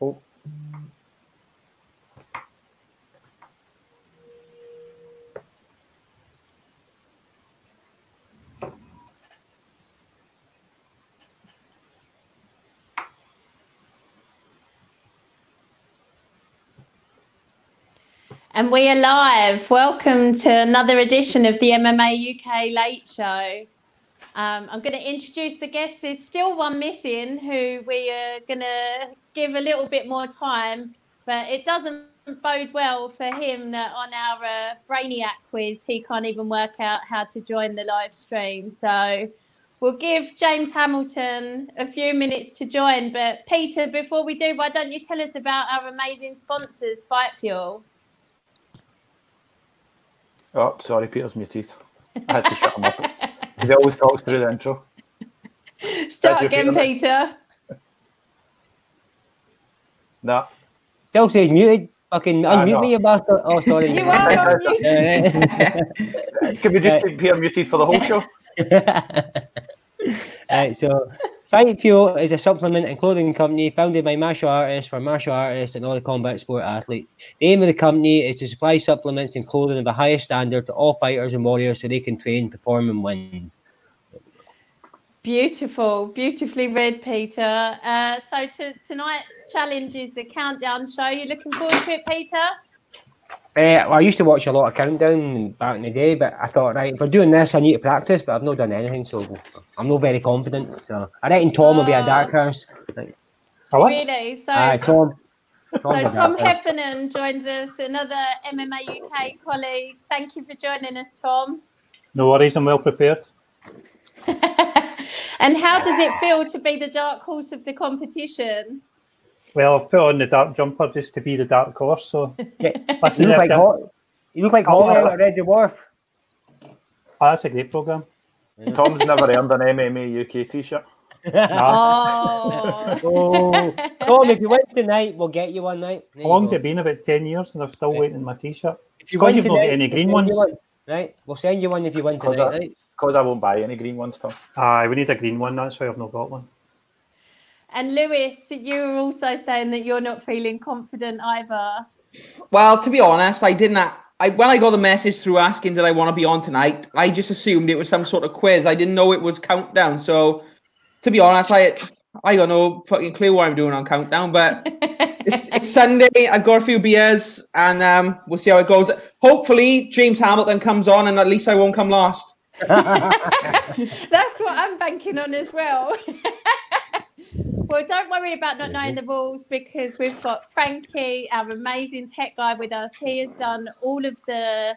Oh. And we are live. Welcome to another edition of the MMA UK Late Show. Um, I'm going to introduce the guests. There's still one missing who we are going to give a little bit more time, but it doesn't bode well for him that on our uh, Brainiac quiz, he can't even work out how to join the live stream. So we'll give James Hamilton a few minutes to join. But Peter, before we do, why don't you tell us about our amazing sponsors, Fight Fuel? Oh, sorry, Peter's muted. I had to shut him up. He always talks through the intro. Start you, again, Peter. Peter. Nah. Still saying muted. Fucking Ah, unmute no. me, you bastard. Oh, sorry. You are on mute. Yeah, Can we just keep Peter muted for the whole show? right. Right, so Fight Fuel is a supplement and clothing company founded by martial artists for martial artists and other combat sport athletes. The aim of the company is to supply supplements and clothing of the highest standard to all fighters and warriors so they can train, perform, and win. Beautiful, beautifully read, Peter. Uh, so to, tonight's challenge is the countdown show. You looking forward to it, Peter? Uh, well, I used to watch a lot of Countdown back in the day, but I thought, right, if we're doing this, I need to practice, but I've not done anything, so I'm not very confident. So I reckon Tom will be a dark horse. Oh, Really? So, Aye, Tom. Tom's so a Tom dark horse. Heffernan joins us, another MMA UK colleague. Thank you for joining us, Tom. No worries, I'm well prepared. and how does it feel to be the dark horse of the competition? Well, I've put on the dark jumper just to be the dark horse. So Yeah, Listen, You look if like there's- hot. You look like Oh, hot sorry. at Red Dwarf. Ah, that's a great program. Tom's never earned an MMA UK t shirt. Nah, Oh, Oh, Tom, if you win tonight, we'll get you one night. There how you long's go. it been? About ten years, and I'm still Yeah. waiting on my T-shirt. If Because win you've not tonight, got any we'll send green you ones. one. Right, we'll send you one if you win Cause tonight. I- Right? Because I won't buy any green ones, Tom. Aye, Ah, we need a green one. That's why I've not got one. and Lewis, you were also saying that you're not feeling confident either. Well, to be honest, I didn't. a- I when I got the message through asking did I want to be on tonight, I just assumed it was some sort of quiz. I didn't know it was countdown. So, to be honest, I I got no fucking clue what I'm doing on countdown. But it's, it's Sunday. I've got a few beers, and um, we'll see how it goes. Hopefully, James Hamilton comes on, and at least I won't come last. That's what I'm banking on as well. well, don't worry about not knowing the rules because we've got Frankie, our amazing tech guy, with us. He has done all of the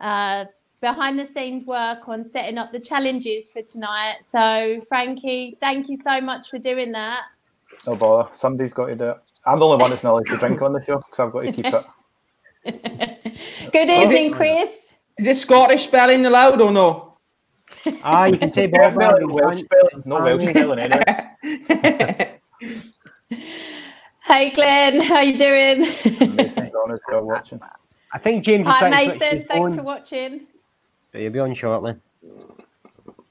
uh, behind the scenes work on setting up the challenges for tonight. So, Frankie, thank you so much for doing that. No bother. Somebody's got to do it. I'm the only one that's not allowed to drink on the show because I've got to keep it. Good evening, Chris. Is this Scottish spelling allowed or no? Ah, you can say Bob. Definitely Welsh spelling. No Welsh Andy. spelling anyway. Hey, Glenn, how you doing? Mason's on as well watching. I think James is Hi, trying to switch Mason. his Thanks phone, for watching. but You'll be on shortly.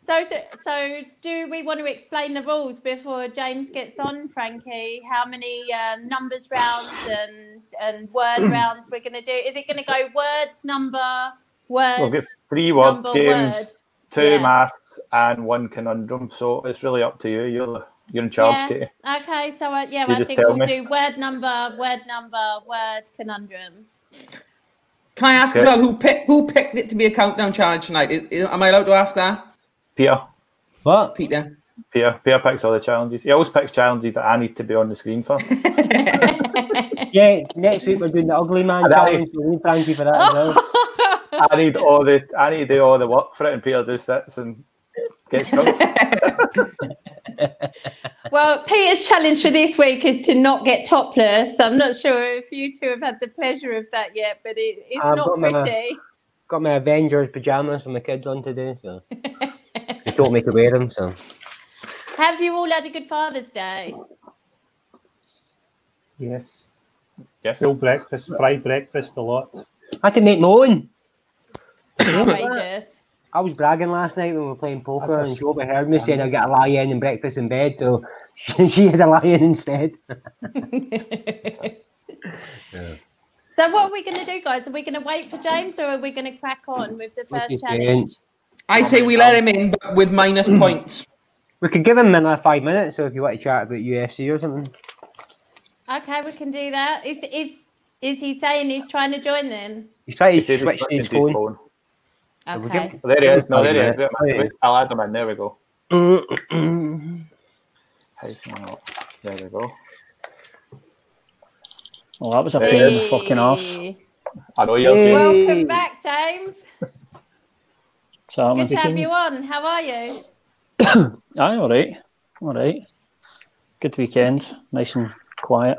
So, do, so do we want to explain the rules before James gets on, Frankie? How many um, numbers rounds and and word rounds we're going to do? Is it going to go word number We've word got three word number games, word? two yeah. maths, and one conundrum. So it's really up to you. You're, the, you're in charge, Yeah. Katie. Okay, so uh, yeah, You I just think tell we'll me. do word number, word number, word conundrum. Can I ask as Okay. well who picked who picked it to be a countdown challenge tonight? I- I- am I allowed to ask that, Peter. But Peter? Peter, Peter picks all the challenges. He always picks challenges that I need to be on the screen for. yeah, next week we're doing the Ugly Man Aye. challenge. We need Frankie for that as well. I need all the I need to do all the work for it, and Peter just sits and gets drunk. Well, Peter's challenge for this week is to not get topless. I'm not sure if you two have had the pleasure of that yet, but it, it's I've not got my- pretty. Got my Avengers pajamas for my kids on today, so just don't make her wear them. So Have you all had a good Father's Day? Yes, Yes. full breakfast, fried breakfast, a lot. I had to make my own. outrageous. I was bragging last night when we were playing poker, That's a and she overheard me saying I got a lie in and breakfast in bed, so she had a lie in instead. So what are we going to do, guys? Are we going to wait for James, or are we going to crack on with the What do you first challenge? I say we let him in, but with minus points. We could give him another five minutes, so if you want to chat about UFC or something. Okay, we can do that. Is is is he saying he's trying to join then? He's trying He to said he's switch stuck his into his phone. phone. we Okay. give- Oh, there he is. No, there he is. Yeah. Wait a minute, wait. I'll add him in. There we go. Hey, no. There we go. Well, that was a pain in the Hey. fucking ass. I know you're Hey. James. Welcome back, James. So that Good one to have you begins. on. How are you? Aye, all right, all right. Good weekend, nice and quiet.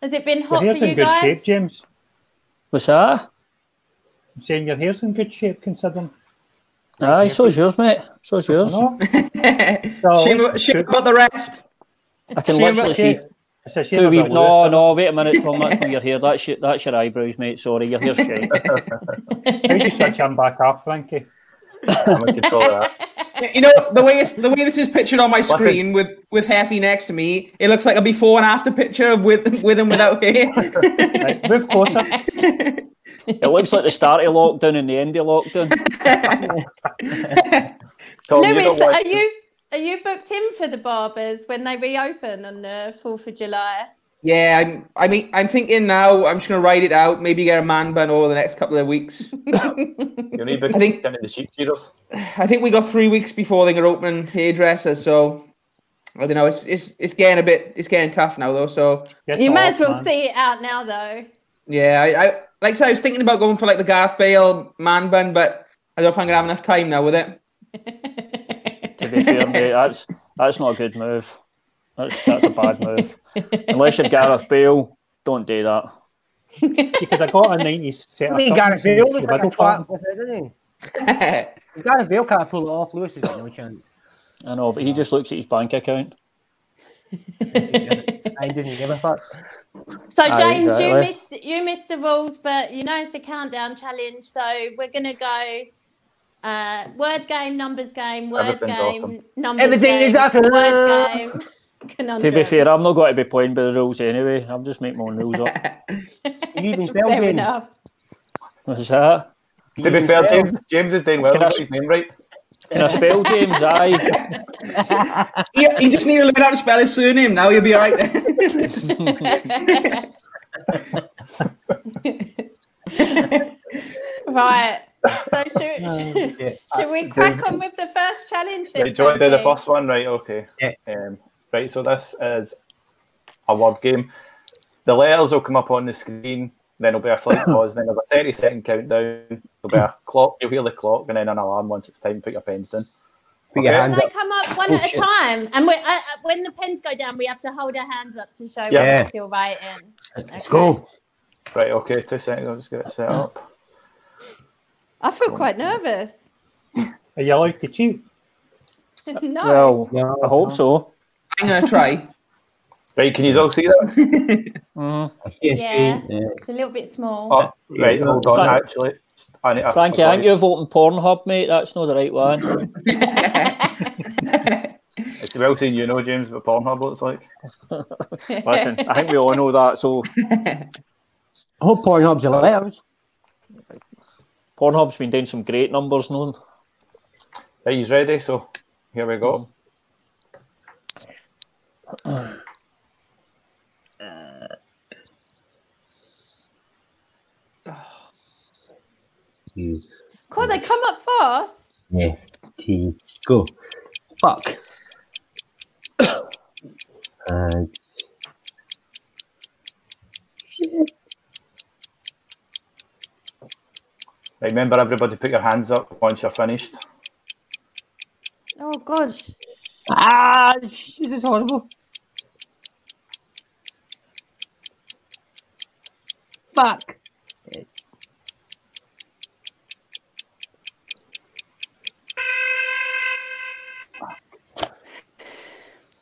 Has it been Your hot hair's for in you good guys? shape, James. What's that? I'm saying your hair's in good shape considering. Aye, so's yours, mate. So's yours. No, shame, about- shame about the rest. I can Shame literally about- see it's a shame two wee. about Lewis. No, no, wait a minute, Tom. That's not your hair. That's your, that's your eyebrows, mate. Sorry, your hair's shite. How do you switch him back up, Frankie? I'm in control of that. You know the way it's, the way this is pictured on my What's screen with with Heffy next to me. It looks like a before and after picture of with with and without hair. Right, move closer. It looks like the start of lockdown and the end of lockdown. Tom, Oh, you don't Lewis, want are you are you booked in for the barbers when they reopen on the fourth of July? yeah, I'm. I mean, I'm thinking now. I'm just gonna ride it out. Maybe get a man bun over the next couple of weeks. you need big I think- down in the sheep feeders. I think we got three weeks before they're opening hairdressers. So I don't know. It's it's it's getting a bit. It's getting tough now though. So Get you may off, as well man. see it out now, though. yeah, I, I like I said, I was thinking about going for like the Garth Bale man bun, but I don't know if I'm gonna have enough time now with it. To be fair, mate, that's that's not a good move. That's that's a bad move. Unless you're Gareth Bale, don't do that. You could have got a 90s set I up. mean, Gareth Bale looks like a twat Well, with it, doesn't he? yeah, If Gareth Bale can't pull it off, Lewis has got no chance. I know, but he just looks at his bank account. I didn't give a fuck. So Oh, James, you exactly. missed you missed the rules, but you know it's a countdown challenge, so we're gonna go uh, word game, numbers game, word Everything's game, awesome. numbers Everything game, is awesome. word game. To Conundrum. be fair, I'm not going to be playing by the rules anyway. I'm just making my own rules up. You even spell Fair James. enough. What's that? To Mm, be fair, James, James is doing well. He got his name right. Can I spell James? Aye. you just need to learn how to spell his surname now. You'll be all right. then. right. So should, Yeah. should we Uh, crack on with the first challenge? then, Right, do you want to do the Frankie? first one? Right, okay. Yeah. Um, right, so this is a word game. The letters will come up on the screen, then there'll be a slight pause, then there's a 30 second countdown, there'll be a clock, you'll hear the clock, and then an alarm once it's time to put your pens down. Put your Okay. And hands they up. come up one Oh, at a shit. time, and we, uh, uh, when the pens go down, we have to hold our hands up to show Yeah. what you're writing. Let's go. Right, okay, two seconds, I'll just get it set up. I feel quite nervous. Are you allowed to cheat? no. Well, No, I hope so. I'm gonna try. Right, can you all see that? Mm. Yes, Yeah. Jane. Yeah. It's a little bit small. Oh, right, hold on, Thank- actually. I need, I Frankie, I forgot think you're voting Pornhub, mate. That's not the right one. It's well seen you know, James, but Pornhub looks like. Listen, I think we all know that. So I hope Pornhub's the letters. Pornhub's been doing some great numbers, no? Right, he's ready, so here we go. Cool, they come up fast. Yeah. T. Go. Fuck. and Right, remember, everybody put your hands up once you're finished. Oh gosh. ah, this is horrible. Fuck.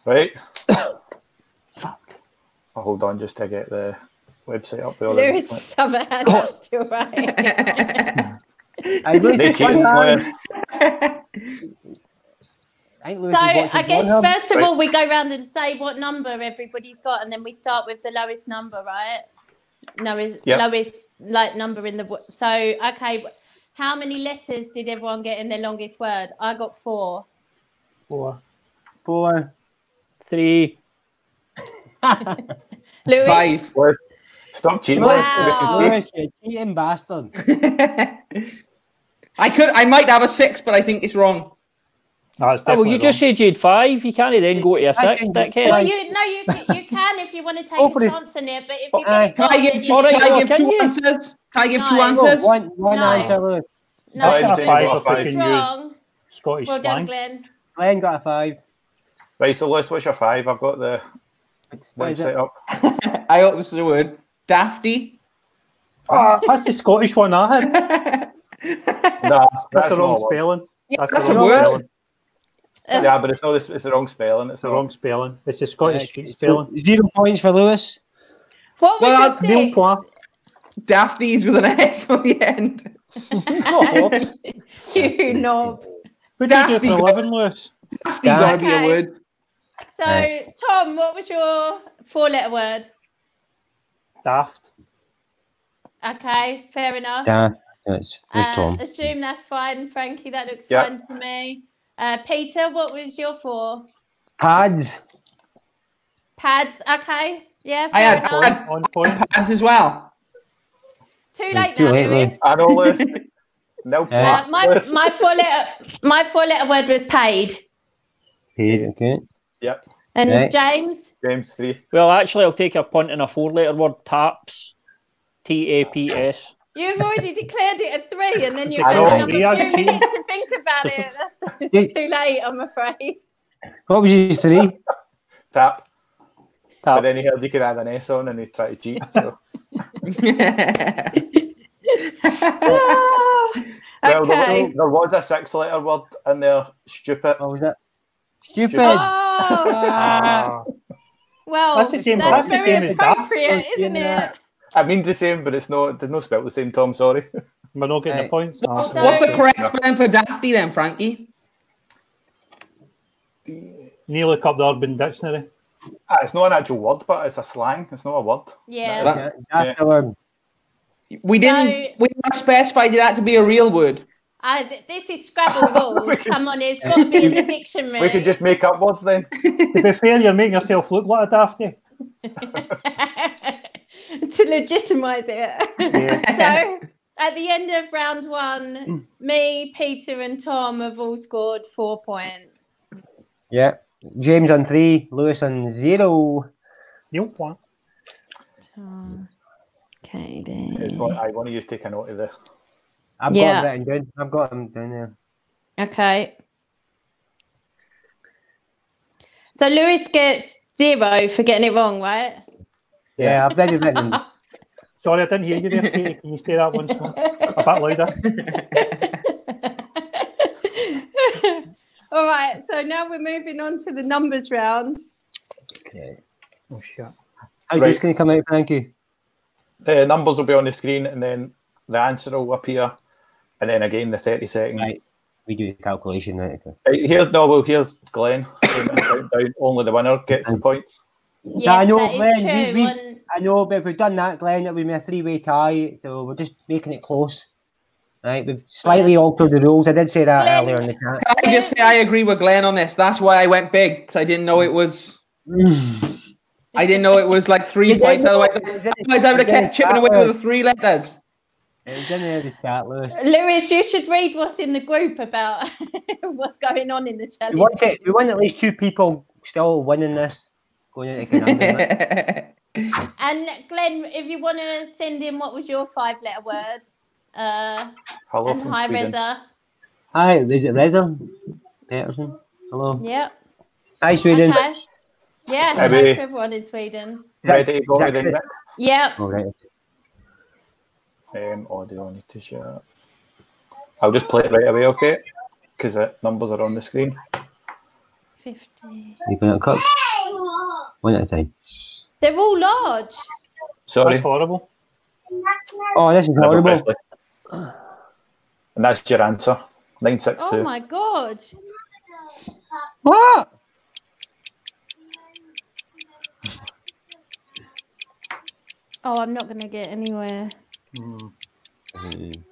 Right. I'll hold on just to get Oh, the website up. with all the- Lewis Summerhand, that's your right. I ain't They losing cheating one hand. players. I ain't So losing I watching guess Bonham. first of Right. all we go round and say what number everybody's got, and then we start with the lowest number, right? No, is Yep. lowest like number in the wo- so okay. wh- How many letters did everyone get in their longest word? I got four. Four. four, three. Lewis, Five. Lewis, Stop cheating. Lewis, so we Wow. can see. Lewis, you cheating bastard. I could, I might have a six, but I think it's wrong. No, it's Oh, well, definitely you just wrong. said you'd five. You can't then go to a I six, can- Well, dickhead. you no, you c- you can if you want to take Oh, but a if- chance on it, but if you Uh, get it Can I wrong, give then two? you Can I Alright, well, give can two you? answers? Can I give two No. Oh, answers? one, one No. answer, Lewis. no, I'd if say it's five. it's Fucking use wrong. Scottish Well done, slang. Glenn. Glenn got a five. Right, so Lewis, what's your five? I've got the What is website it? up. I hope this is a word. Dafty. Ah, that's the Scottish one I had. Nah, That's that's the wrong not one. spelling. That's, That's a the wrong word. spelling. That's- Yeah, but it's not. It's the wrong spelling. It's It's the not- wrong spelling. It's the Scottish Uh, street spelling. Zero points for Lewis. What was Well, your that's six? Neil Poir. Dafties with an S on the end. you knob. What do you do for Daffy. a living, Lewis? Dafty gotta be a Okay. word. So, Right. Tom, what was your four-letter word? Daft. Okay, fair enough. Dan, it's Uh, assume that's fine, Frankie. That looks Yep. fine to me. Uh, Peter, what was your four? Pads. Pads. Okay. Yeah. Fair I had- enough. Point, on point. Pads as well. Too late Too now, late, Lewis. I know Lewis. No, Uh, fuck, my Lewis. my four letter my four letter word was paid. Paid. Okay. Yep, And Right. James, James three. Well, actually, I'll take a punt in a four-letter word. Taps. T A P S. you've already declared it a three, and then you've I had know, another he has few two. minutes to think about it. That's too late, I'm afraid. What was your three? Tap. But Tap. then he heard you could add an S on, and he tried to cheat. So Oh, well, there, okay. was, there was a six-letter word in there. Stupid. What was it? Stupid. Stupid. Oh, Ah, well, That's the same- That's, that's the very same as that. appropriate, I've isn't seen it? that. I mean the same, but it's not. There's no spelled the same. Tom, sorry. we're not getting the Hey. points. What's, Ah, So- what's the No. correct spelling for Dafty then, Frankie? Neil, look up the Urban Dictionary. Ah, it's not an actual word, but it's a slang. It's not a word. Yeah. That- Yeah, yeah. that's the one. We didn't. No. We never specified that to be a real word. I, th- this is Scrabble We rules. could- Come on, it's got to be in the dictionary. We could just make up words then. To be fair, you're making yourself look like a Dafty. to legitimise it. Yes. so at the end of round one, me, Peter, and Tom have all scored four points. Yeah. James on three, Lewis on zero. Neil Poir. Okay, It's not. I want to use take a note of the. I've Yeah. got him written down. I've got him down there. Okay. So Lewis gets zero for getting it wrong, right? Yeah, I've already written him. Sorry, I didn't hear you there, Katie. Can you say that once more? A bit louder. All right, so now we're moving on to the numbers round. Oh, shit. I was Right. just going to come out, thank you. The numbers will be on the screen, and then the answer will appear, and then again the thirty second. Right. We do the calculation now. okay. Right, here's no, well, here's Glenn. Down, Only the winner gets the points. Yes, I know, that is Glenn, true. we- we- On- I know, but if we've done that, Glenn, it would be a three-way tie. So we're just making it close. Right, we've slightly altered the rules. I did say that Glenn- earlier in the chat. Can I just say I agree with Glenn on this? That's why I went big because I didn't know it was. I didn't know it was like three You didn't points. know Otherwise, it was in- otherwise I would it was in have kept the chipping away chat, with the Lewis. three letters. It was in there, the chat, Lewis. Lewis, you should read what's in the group about what's going on in the We challenge. want, it, we want at least two people still winning this going into conundrum. And Glenn, if you want to send in what was your five letter word, uh, Hello and from hi, Sweden. Reza. Hi, is it Reza? Peterson? Hello. Yep. Hi, Sweden. Okay. Yeah, Hi, hello baby. to everyone in Sweden. Ready to go Zach- with the Zach- next Yep. All right. um, audio I need to share. I'll just play it right away, okay? Because the numbers are on the screen. 50. You going to cook? One at a time. They're all large. Sorry. That's horrible. Oh, this is Never horrible. press play. And that's your answer. Nine six Oh two. my god. What? Oh, I'm not gonna get anywhere. Mm.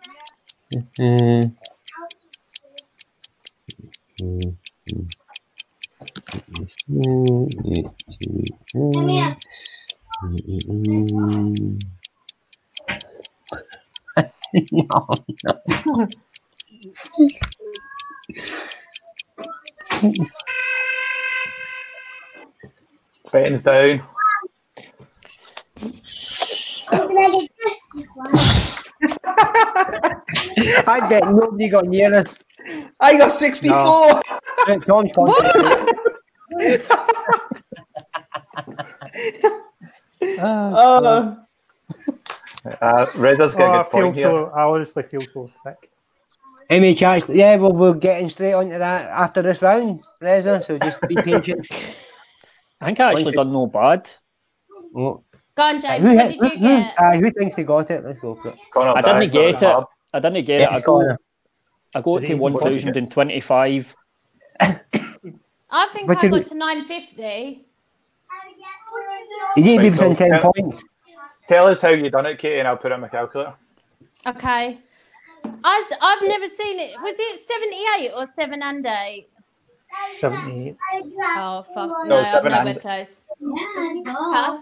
no, no. Betting's down. I bet nobody got near us. I got 64. Tom's concentrating. Ah, Uh, Uh, Redder's Oh, getting a I good feel point here. so. I honestly feel so thick. Amy Chats, yeah, well, we're getting straight onto that after this round, Reza, so just be patient. I think I actually done no bad. Oh, Go on, uh, James. who, what did who- you who- get? uh, who thinks they got it? Let's go for it. Connor I didn't Daggs on get the it. hub. I didn't get Yes, it. I go, Connor. I go Is to it even worth it? 1,025. I think But I you- got to 950. You need to be Right, so within 10 Kel- points. Tell us how you done it, Katie, and I'll put it in my calculator. Okay. I've, I've never seen it. Was it 78 or 78? Seventy-eight. Oh, fuck. No, No, I'm nowhere 700. close. Huh?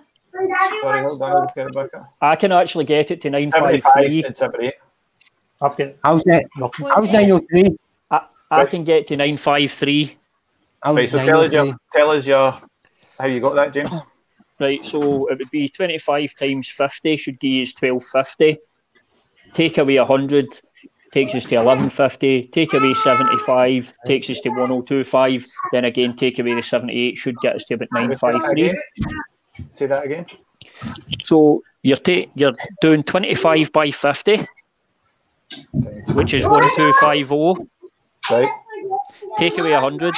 Sorry, hold on, I'll just get it back up. I can actually get it to 75 953. and 78. I've got I was, at, nothing. I was 903. I can get to 953. I was Right, so tell us, 903. your, tell us your how you got that, James. Right, so it would be 25 times 50 should give us 1250. Take away 100 takes us to 1150. Take away 75 takes us to 1025. Then again, take away the 78 should get us to about Say that 953. again. Say that again. So you're ta- you're doing 25 by 50, which is 1250. Right. oh. Take away 100,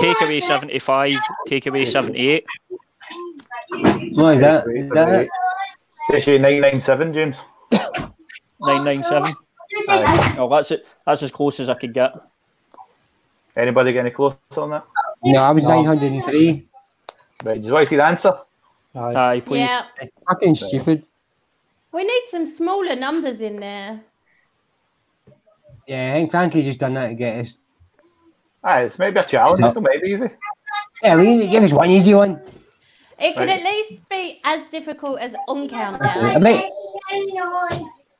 take away 75, take away 78. What is that? Is that it? It's you 997, James. 997. Aye. Oh, that's it. That's as close as I could get. Anybody get any close on that? No, I was No. 903. Right. Do you want to see the answer? Aye. Aye, please. Yeah. It's fucking stupid. We need some smaller numbers in there. Yeah, I think Frankie just done that to get us. Aye, Ah, it's maybe a challenge. It's not maybe easy. Yeah, we need to give us one easy one. It could Right. at least be as difficult as on I countdown. mean,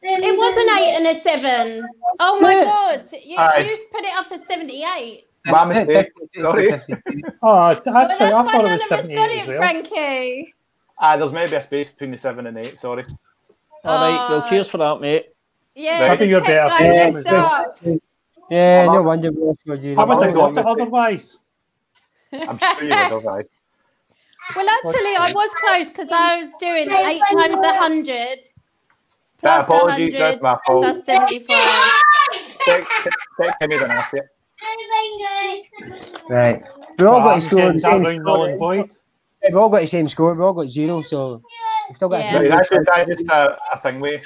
It was an eight and a seven. Oh my Yeah. god! You, Aye. you put it up as seventy-eight. My mistake. Sorry. Oh, I, actually, Well, that's I why thought none it of was us got seventy-eight it, as well. Frankie. Aye, Ah, there's maybe a space between the seven and eight. Sorry. All right, well, Oh. cheers for that, mate. Yeah, Maybe the you're tech better guy saying messed it was up. Yeah, no wonder we lost your I would have Well, got it mistake. otherwise. I'm sure you would have. Aye. Well, actually, I was close because I was doing eight times a hundred. That Plus a apologies. That's hundred, my fault. Plus seventy-five. Take, take Kimmy than I see it. Right. We all got But to I'm score saying the that same round null and score. void. We all got the same score. We all got zero, so we still got. Yeah. Right, a that's just, that's just a, a thing we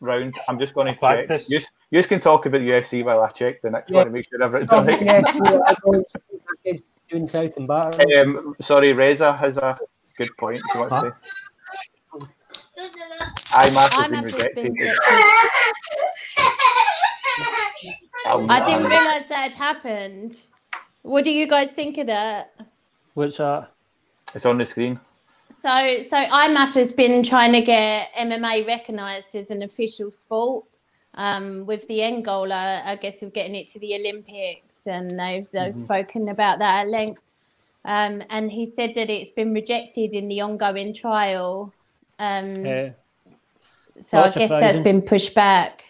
round. I'm just going to check. Practice. You, you can talk about UFC while I check the next Yeah. one to make sure everything's all Oh, right. yeah, so I don't- it's doing south and batter. Um, sorry, Reza has a good point. She wants to. I'm actually been IMAP has been rejected. rejected. I didn't Um, realise that had happened. What do you guys think of that? What's that? It's on the screen. So, so IMAF has been trying to get MMA recognised as an official sport, um, with the end goal, uh, I guess, of getting it to the Olympics, and they've they've Mm-hmm. spoken about that at length. Um, and he said that it's been rejected in the ongoing trial. Um, Yeah, so I that's guess that's surprising. been pushed back.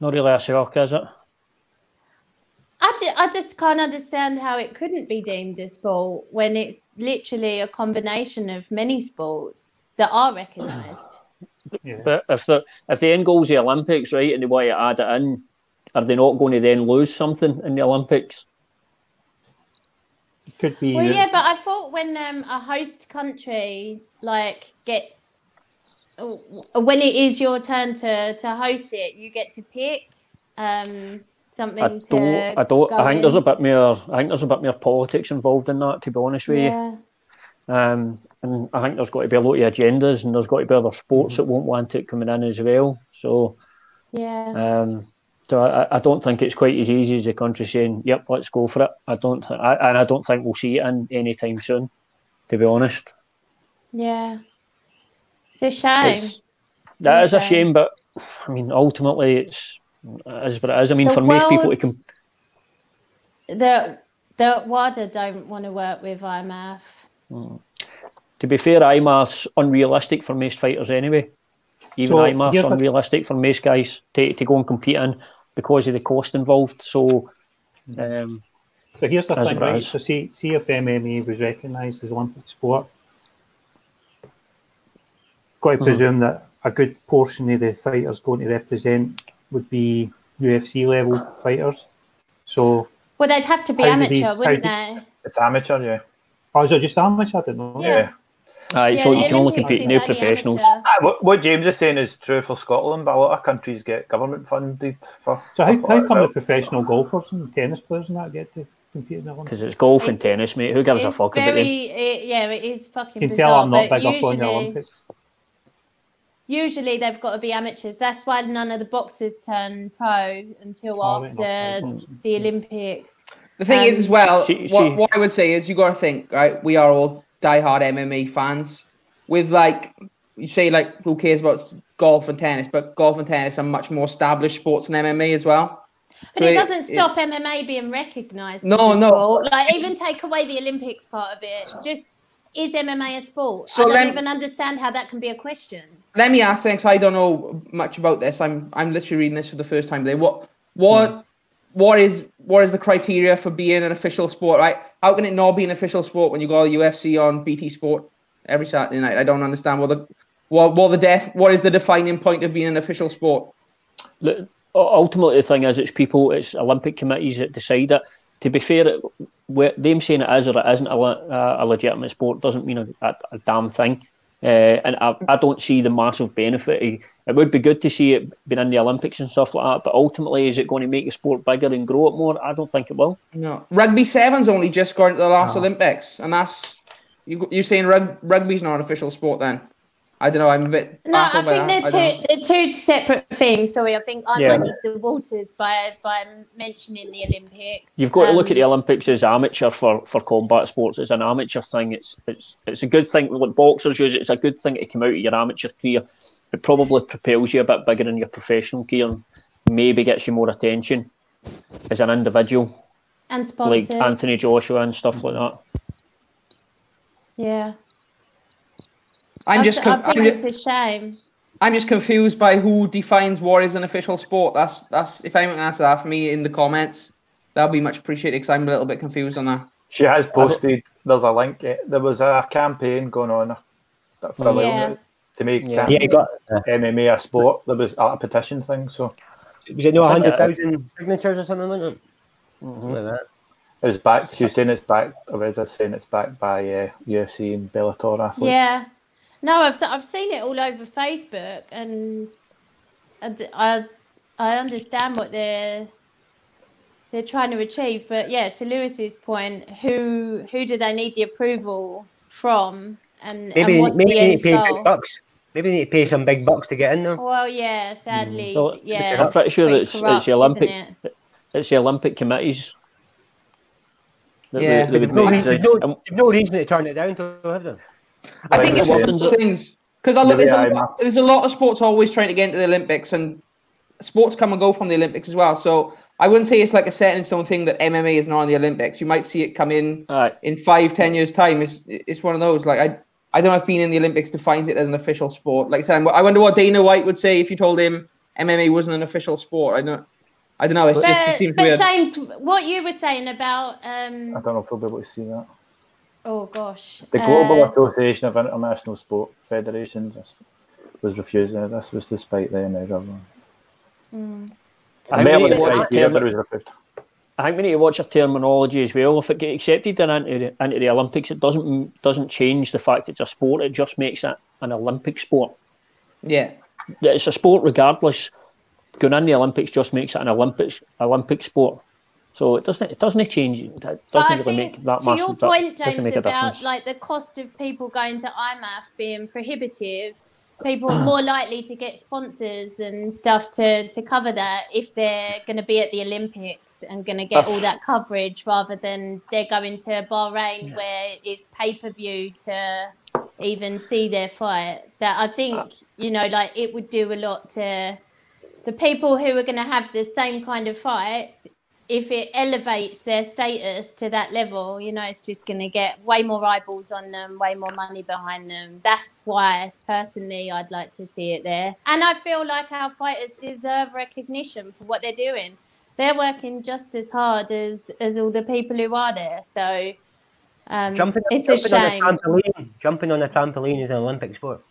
not really a shock, is it? I, ju- I just can't understand how it couldn't be deemed a sport when it's literally a combination of many sports that are recognised. But if the if the end goal's the Olympics, right, and they want to add it in, are they not going to then lose something in the Olympics? Could be. Well, that- yeah, but I thought when um, a host country like gets when it is your turn to to host it, you get to pick um, something I to. don't. I don't. go I think there's a in. bit more. I think there's a bit more politics involved in that. To be honest with you. Yeah. Um, and I think there's got to be a lot of agendas, and there's got to be other Mm. sports that won't want it coming in as well. So, Yeah. um, so I, I- I don't think it's quite as easy as the country saying, "Yep, let's go for it." I don't, th- I, and I don't think we'll see it in any time soon. To be honest, Yeah. It's a shame. it's, that is a Okay. shame, but I mean, ultimately, it's it is what it is. I mean, The for most people, it world's- can the the WADA don't want to work with IMF. To be fair, IMAR's unrealistic for most fighters anyway. Even So, IMAR's here's a- unrealistic for most guys to, to go and compete in because of the cost involved. So, um, uh, So here's the As thing, it right? is. So see, see if MMA E was recognised as Olympic sport. Got to presume that a good portion of the fighters going to represent would be UFC level fighters. So, Well, they'd have to be How do these- amateur, how wouldn't do- they? It's amateur, yeah. oh, is it just amateur? I don't know. Yeah. aye, Yeah, uh, so the you can only Olympics compete is now only professionals. amateur. Ah, What, what James is saying is true for Scotland, but a lot of countries get government funded for. So how, stuff like how come the that. professional golfers and tennis players and that get to compete in the Olympics? Because it's golf and It's- tennis, mate. Who gives a It's fuck about very, them? it- yeah, it is fucking You can bizarre. tell I'm not but big up on the usually- Olympics. usually they've got to be amateurs. That's why none of the boxers turn pro until Oh, they're not after pro boxers. the Olympics. The thing is, Um, as well, She- she- what, what I would say is you got to think, right? We are all diehard MMA fans. With like, you say, like, who cares about golf and tennis? But golf and tennis are much more established sports than MMA as well. But it, doesn't stop MMA being recognised. as No, a no. sport. Like even take away the Olympics part of it. Just is MMA a sport? So I don't lem- even understand how that can be a question. Let me ask, thanks. I don't know much about this. I'm I'm literally reading this for the first time today. What what what is what is the criteria for being an official sport? Right? How can it not be an official sport when you got a UFC on BT Sport every Saturday night? I don't understand what the what what the def what is the defining point of being an official sport? Look, u- ultimately, the thing is, it's people, it's Olympic committees that decide it. To be fair, it, where, them saying it is or it isn't a, le- uh, a legitimate sport doesn't mean a, a, a damn thing. Uh, and I, I don't see the massive benefit. It it would be good to see it being in the Olympics and stuff like that, but ultimately, is it going to make the sport bigger and grow it more? I don't think it will. No, rugby sevens only just gone to the last Olympics, and that's you. You're saying rug, rugby's not an official sport then? I don't know. I'm a bit No, baffled by I that. think I don't know. they're two, they're two separate things. Sorry, I think I Yeah. muddied the waters by by mentioning the Olympics. You've got to look at the Um, Olympics as amateur for, for combat sports. It's an amateur thing. It's it's it's a good thing. Like boxers use it. It's a good thing to come out of your amateur career. It probably propels you a bit bigger in your professional career. and Maybe gets you more attention as an individual, and sponsors. like Anthony Joshua and stuff like that. Yeah, I'm I just. th- con- I I'm think ju- it's a shame. I'm just confused by who defines war as an official sport. That's that's if anyone can answer that for me in the comments, that'll be much appreciated because I'm a little bit confused on that. She has posted. There's a link. eh, There was a campaign going on for a while Yeah. now to make Yeah. camp- Yeah, you got. MMA a sport. There was a petition thing. So Was it no I think hundred it- thousand signatures or something like that? Mm-hmm. Something like that. it was back. She was saying it's back. I read her saying it's backed by uh, UFC and Bellator athletes. Yeah. No, I've se- I've seen it all over Facebook, and I d- I, I understand what they're they're trying to achieve, but yeah, to Lewis's point, who who do they need the approval from, and, Maybe and what's maybe the they need end to pay big goal? bucks. Maybe they need to pay some big bucks to get in there. Well, yeah, Mm. sadly, So, yeah, I'm pretty sure pretty it's, corrupt, it's the isn't Olympic it? it's the Olympic committees. That Yeah. would- that would They've no, make Um, they've the- no, and- they've no reason to turn it down, to have they? I Like think we it's said. one of those things because I look Maybe there's a, I'm- lot, there's a lot of sports always trying to get into the Olympics and sports come and go from the Olympics as well. So I wouldn't say it's like a set in stone thing that MMA is not in the Olympics. You might see it come in aye. in five, ten years time. It's it's one of those like I I don't know if being in the Olympics defines it as an official sport. Like I said, I wonder what Dana White would say if you told him MMA wasn't an official sport. I don't I don't know. It's just it But, seems uh, but weird. James, what you were saying about um, I don't know if we'll be able to see that. oh gosh, The Global uh, Association of International Sport Federations is- was refusing. it. This was despite eh, the MMA government. I think we Melbourne need to watch idea, term- but it was approved. I think we need to watch our terminology as well. If it gets accepted in into the, into the Olympics, it doesn't doesn't change the fact it's a sport. It just makes it an Olympic sport. Yeah. that it's a sport regardless. Going in the Olympics just makes it an Olympics Olympic sport. So it doesn't it doesn't change it But doesn't I really think make that to massive your di- point, doesn't James, make a about difference. like the cost of people going to IMAF being prohibitive, people are more likely to get sponsors and stuff to to cover that if they're going to be at the Olympics and going to get all that coverage rather than they're going to Bahrain where it's pay per view to even see their fight. That I Ah. think you know, like it would do a lot to the people who are going to have the same kind of fights if it elevates their status to that level, you know, it's just going to get way more eyeballs on them, way more money behind them. That's why, personally, I'd like to see it there. And I feel like our fighters deserve recognition for what they're doing. They're working just as hard as as all the people who are there. So um, Jumping, it's a jumping shame. on a trampoline. Jumping on a trampoline is an Olympic sport.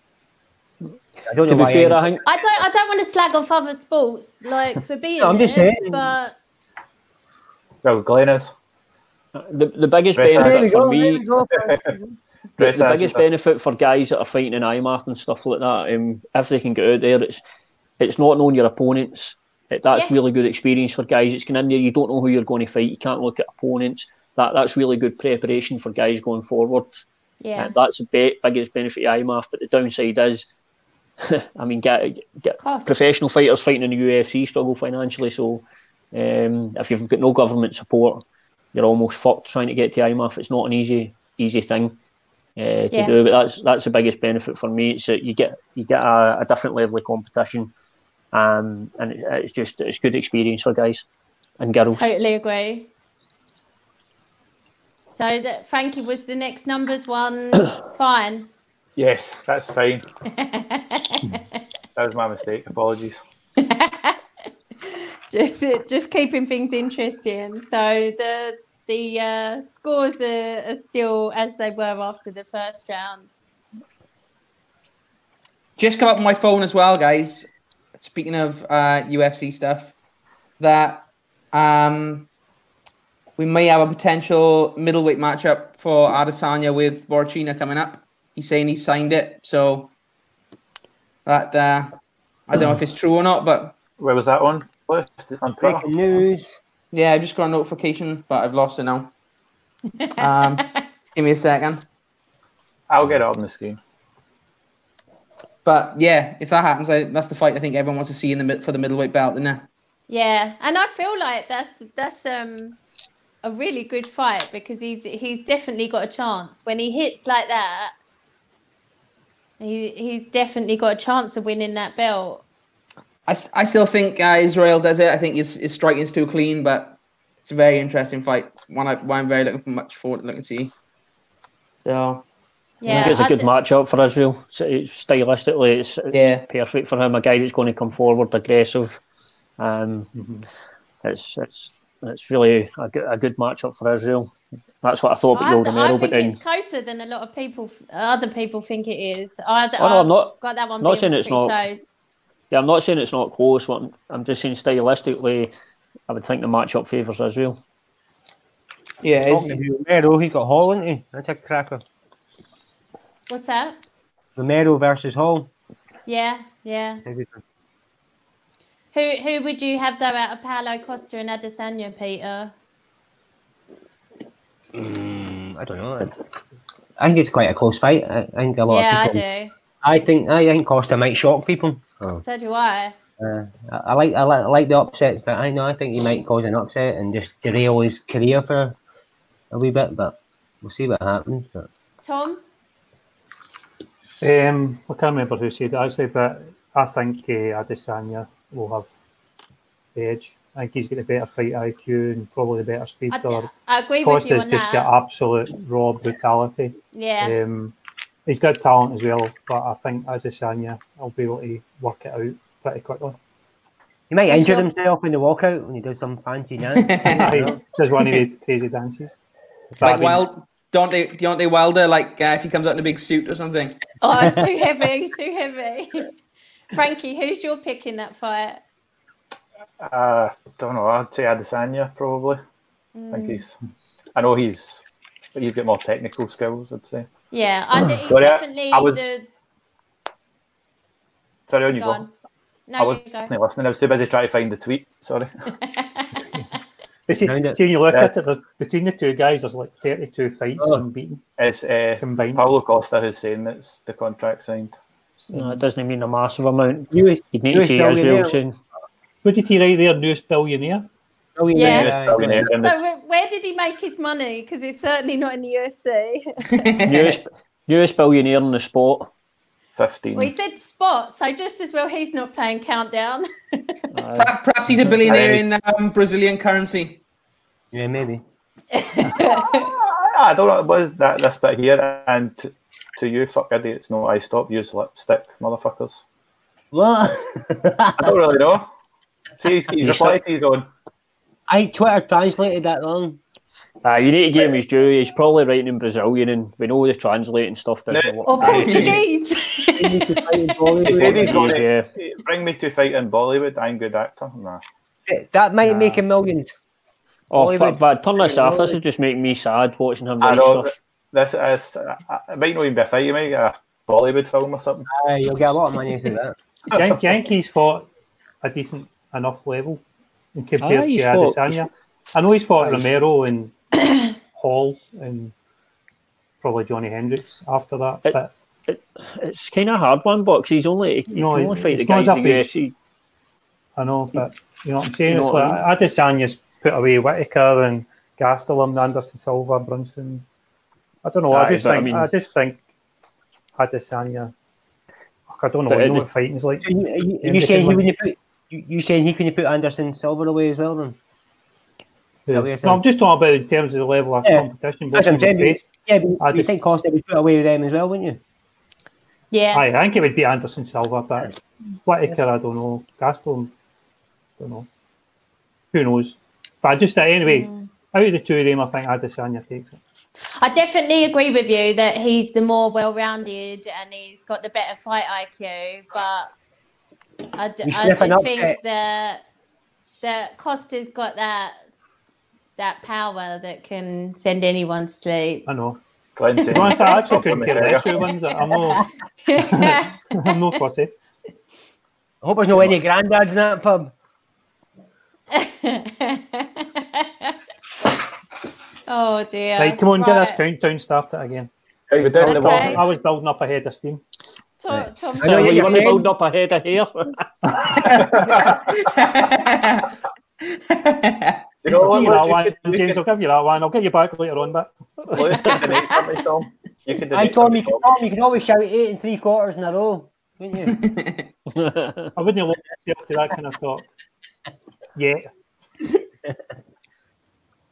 I don't To know be why. fair, any- I think I don't I don't want to slag off other sports like for being. I'm just there, saying. But Well, Glenn is. the, the biggest Rest benefit there there we for go. me There we go. the, Dress the as yourself. biggest benefit for guys that are fighting in IMAF and stuff like that, um, if they can get out there, it's it's not knowing your opponents. It, that's Yeah. really good experience for guys. It's going in there, you don't know who you're going to fight. You can't look at opponents. That that's really good preparation for guys going forward. yeah, Uh, that's the be- biggest benefit of IMAF. But the downside is, I mean, get, get cost. professional fighters fighting in the UFC struggle financially. So um, if you've got no government support, you're almost fucked trying to get to IMAF. It's not an easy easy thing uh, to Yeah. do, but that's that's the biggest benefit for me. It's that you get you get a, a different level of competition, um, and it, it's just it's good experience for guys and girls. Totally agree. So that Frankie was the next numbers one. Fine. Yes, that's fine. That was my mistake. Apologies. just just keeping things interesting. So the the uh, scores are, are still as they were after the first round. Just come up on my phone as well, guys. Speaking of uh, UFC stuff, that um, we may have a potential middleweight matchup for Adesanya with Borchina coming up. He's saying he signed it, so that uh, I don't know if it's true or not, but Where was that on? On Twitter? Breaking news. yeah, I just got a notification, but I've lost it now. Um, give me a second. I'll get it on the screen. But yeah, if that happens, I, that's the fight I think everyone wants to see in the mid- for the middleweight belt, isn't it? Yeah, and I feel like that's that's um a really good fight because he's he's definitely got a chance when he hits like that. He he's definitely got a chance of winning that belt. I, s- I still think uh, Israel does it. I think his, his striking's too clean, but it's a very interesting fight. One, I, one I'm very looking much forward to looking to see. So I Yeah, think it's a I good d- matchup for Israel. It's, it's stylistically, it's, it's Yeah. perfect for him. A guy that's going to come forward, aggressive. Um, Mm-hmm. It's it's it's really a good a good matchup for Israel. That's what I thought about I, Yoel th- I Romero, but think then it's closer than a lot of people, other people think it is. I, d- Oh, no, I've I'm not- got that one. not being saying it's pretty not. Close. yeah, I'm not saying it's not close. What I'm, I'm just saying stylistically, I would think the matchup favours Israel. yeah, it's, Talking to Romero, he's got Hall, isn't he? That's a cracker. What's that? Romero versus Hall. Yeah, yeah. Hmm, Who who would you have though out of Paolo Costa and Adesanya, Peter? Mm, I don't know. I think it's quite a close fight. I, I think a lot yeah, of people. I do. I think I think Costa might shock people. So do I. Uh, I, I like I like, I like the upsets, but I know I think he might cause an upset and just derail his career for a, a wee bit. But we'll see what happens. But Tom. Um, I can't remember who said it actually, but I think uh, Adesanya will have the edge. I think he's got a better fight IQ and probably the better I, d- speaker. I agree with you Costa's on just that. got absolute raw brutality. yeah, Um, he's got talent as well, but I think Adesanya will be able to work it out pretty quickly. he might Is injure your- himself in the walkout when he does some fancy dance. He does one of the crazy dances. But I like mean, Wild Dante Deontay Wilder, like uh, if he comes out in a big suit or something. oh, it's too heavy, too heavy. Frankie, who's your pick in that fight? Uh, don't know. I'd say Adesanya probably. I Mm. think he's. I know he's. He's got more technical skills. I'd say. Yeah, I d- he's Sorry, I- definitely I was- the Sorry, on you Go go. on. No, I you wasn't listening. I was too busy trying to find the tweet. Sorry. go. But see, Found it. see, when you look Yeah. at it, there's, between the two guys, there's like 32 fights Oh. unbeaten It's uh, combined. Paulo Costa who's saying that's the contract signed. Mm-hmm. No, it doesn't mean a massive amount. You was You'd need You to see tell me Israel now. soon. What did he write there? Newest billionaire? brilliant. Yeah. Yes, billionaire, and so it's- where- where did he make his money? Because it's certainly not in the UFC. Mm. US, US billionaire in the sport. 15. well, he said spot, so just as well he's not playing countdown. Aye. Perhaps perhaps he's a billionaire in um, Brazilian currency. Yeah, maybe. I don't know. It was that this bit here, and to, to you, fuck idiots, no, I stop. Use lipstick, motherfuckers. Well, I don't really know. See, he's, he's You replied to his own. I Twitter translated that wrong. Aye, uh, you need to give him his due. He's probably writing in Brazilian, and we know the translating stuff doesn't No. work. or very Portuguese. You need to find He Bollywood. said he's got Portuguese, it. Bring me to fight in Bollywood. I'm good actor. Nah. that might Nah. make a million. Oh, Hollywood. but, but turn this off. This is just making me sad watching him I write know. stuff. This is. uh, It might not even be a fight. You might get a Bollywood film or something. Uh, you'll get a lot of money through that. Yan- Yankees fought a decent enough level in compared Aye, to Ah, he's fought- Adesanya. I know he's fought Aye, he's- Romero and Hall and probably Johnny Hendricks after that. It- but It's kind of a hard one, but 'cause he's only he No, can only it's fight the not guys as in if the he's- UFC. I know, but you know what I'm saying? You know it's what like I Adesanya's put away Whitaker and Gastelum, Anderson Silva, Brunson. I don't know. I Aye, just but I think I, mean- just think Adesanya. Fuck, I don't know. But I it know what just- fighting's like. So you, you, Yeah, you they saying can he win. wouldn't put? You, you saying he couldn't put Anderson Silver away as well? Then Yeah. what you're No, saying? I'm just talking about in terms of the level of Yeah. competition. both That's what of I'm saying. them faced. Yeah, but I you just- think Costa would put away with them as well, wouldn't you? yeah. Aye, I think it would be Anderson Silva, but Whitaker, I don't know. Gastelum, don't know. Who knows? But I just that anyway, out of the two of them, I think Adesanya takes it. I definitely agree with you that he's the more well-rounded and he's got the better fight IQ. But I, d- You I sniff an just think upset. that that Costa's got that that power that can send anyone to sleep. I know. Glenn To said, be honest, I actually couldn't care less McGregor. who wins it. I'm not, I'm not fussy. I hope there's no any granddads in that pub. oh dear! Right, come on, get us Right. countdown started again. Right, we're down I the was, Okay. building, bottom. I was building up ahead of steam. Tom, Tom, I know Well, you're you want to paying- build up a head of hair? Do you know I'll what? give you that one, Lewis, you could- James. I'll give you that one. I'll get you back later on, but Lewis could donate something, Tom. You could I donate Tom, something. you can, Tom. Tom, you can always shout eight and three quarters in a row, wouldn't you? I wouldn't allow myself to that kind of talk. Yeah,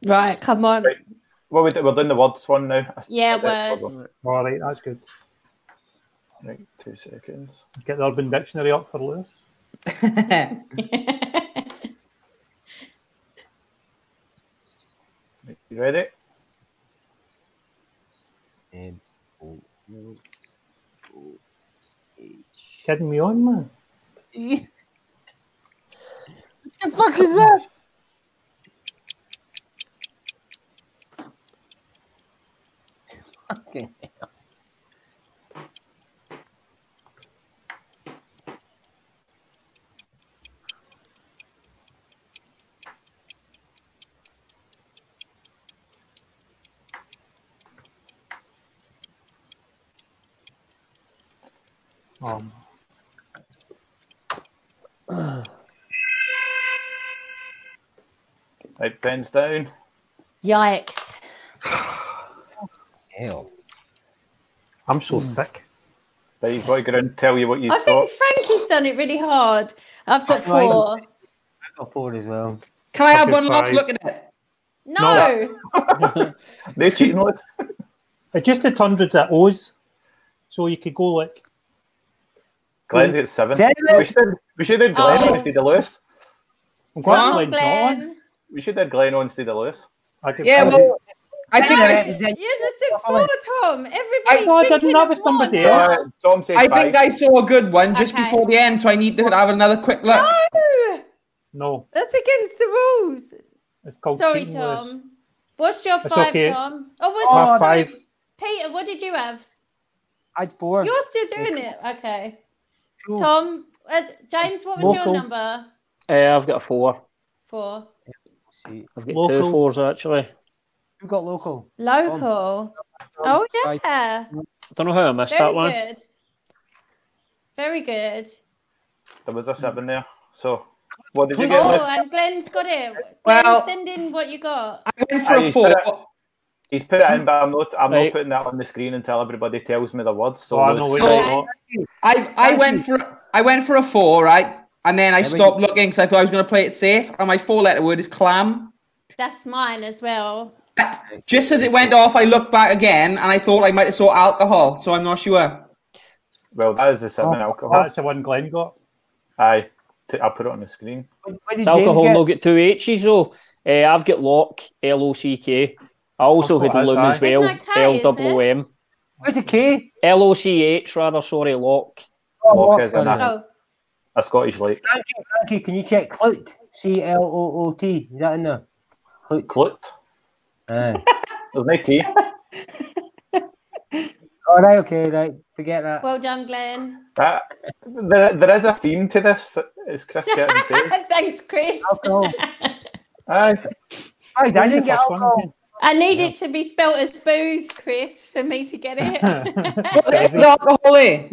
right, come on. Right. Well, we do- we're doing the words one now. I Yeah, said word. words. all right, that's good. Right, two seconds. Get the Urban Dictionary up for Lewis. Right, You ready? Kidding me on, man. the fuck is that? Okay. Um, Right, pens down. Yikes! Hell. I'm so thick. Right, you've got to go around and tell you what you I thought. think Frankie's done it really hard. I've got Right. four. I got four as well. Can I have Fucking one last five. look at it? No, They're cheating, Lewis. It just did hundreds of O's, so you could go like Glenn's at seven. Seven? We should have, we should have Glenn Oh. on instead of Lewis. I'm glad Well, Come on, Glenn's not on. Glenn. We should have Glenn on instead of Lewis. I could Yeah, probably- well, I think Glenn, I, Is that- you just said four, Tom. Everybody's No, I didn't. thinking That of was one. somebody No, else. Uh, Tom said I five. think I saw a good one just Okay. before the end, so I need to have another quick look. No, no, that's against the rules. it's called Sorry, cheating, Lewis. Tom. What's your It's five, okay. Tom? Oh, what's My Oh, your five. Peter, what did you have? I had four. You're still doing it. Okay. Tom, uh, James, what was Local. your number Uh, I've got a four. for? See, I've got Local. two fours actually. I who got local? Local. Oh yeah, don't know how I missed very that one. good. Very good. There was a seven there. So, what did you get? Oh, Liz? and Glenn's got it. Glenn, Well- send in what you got. I went for a Aye, four. but- He's put it in, but I'm not. I'm Right. not putting that on the screen until everybody tells me the words. So Oh, I Liz, know what so- you got. I I went for I went for a four, right? And then I but stopped looking because I thought I was going to play it safe. And my four-letter word is clam. That's mine as well. But just as it went off, I looked back again and I thought I might have saw alcohol, so I'm not sure. well, that is the seven alcohol. Oh, That's the one Glenn got. Aye, T- I'll put it on the screen. What did It's James alcohol. get? and I'll get two H's though. Uh, I've got lock. L O C K. I also That's had not loom us, as aye. well. It's not K, is L it? double M. Where's the K? L O C H rather. Sorry, lock. Lock is in sorry. that. Oh, A Scottish lake. Frankie, Frankie, can you check clout? C L O O T. Is that in there? Clout. Clut. Aye. There's no tea. All right, okay, right. Forget that. well done, Glenn. That, Uh, there, there is a theme to this, as Chris Kirton says. Thanks, Chris. Oh, alcohol. Aye, Guys, I When's the didn't get first one alcohol. again? I need it to be spelt as booze, Chris, for me to get it. The alcohol, eh?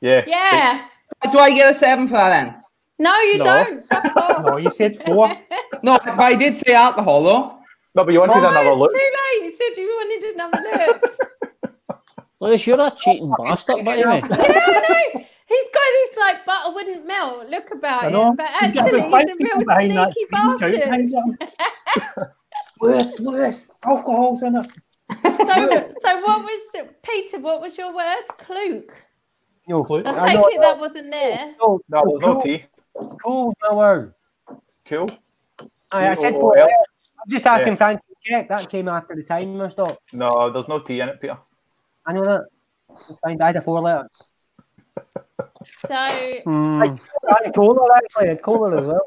yeah. yeah. Do I get a seven for that then? No, you No. don't. Fuck off. No, you said four. No, but I did say alcohol though. No, but you wanted No, another Oh, it's look. Too late. You said you wanted another look. Liz, you're a cheating bastard, by the way. no, no. He's got this like butter wouldn't melt. Look about I know. him, but He's got actually about he's, five a people real behind that sneaky screen bastard. shouting at him. Lewis, Lewis, alcohol's in it. So, so what was Peter? What was your word? Cluke. No, Clout. I I take know- it that wasn't there. no, No, there's no cool, tea. cool, no word. Cool. Aye, I said C O O four. L. I'm just asking Frankie to check. That came after the timer stop. No, there's no tea in it, Peter. I know that. It's fine, I had a four letter. So Hmm. I Mm. had a cola actually, I had cola as well.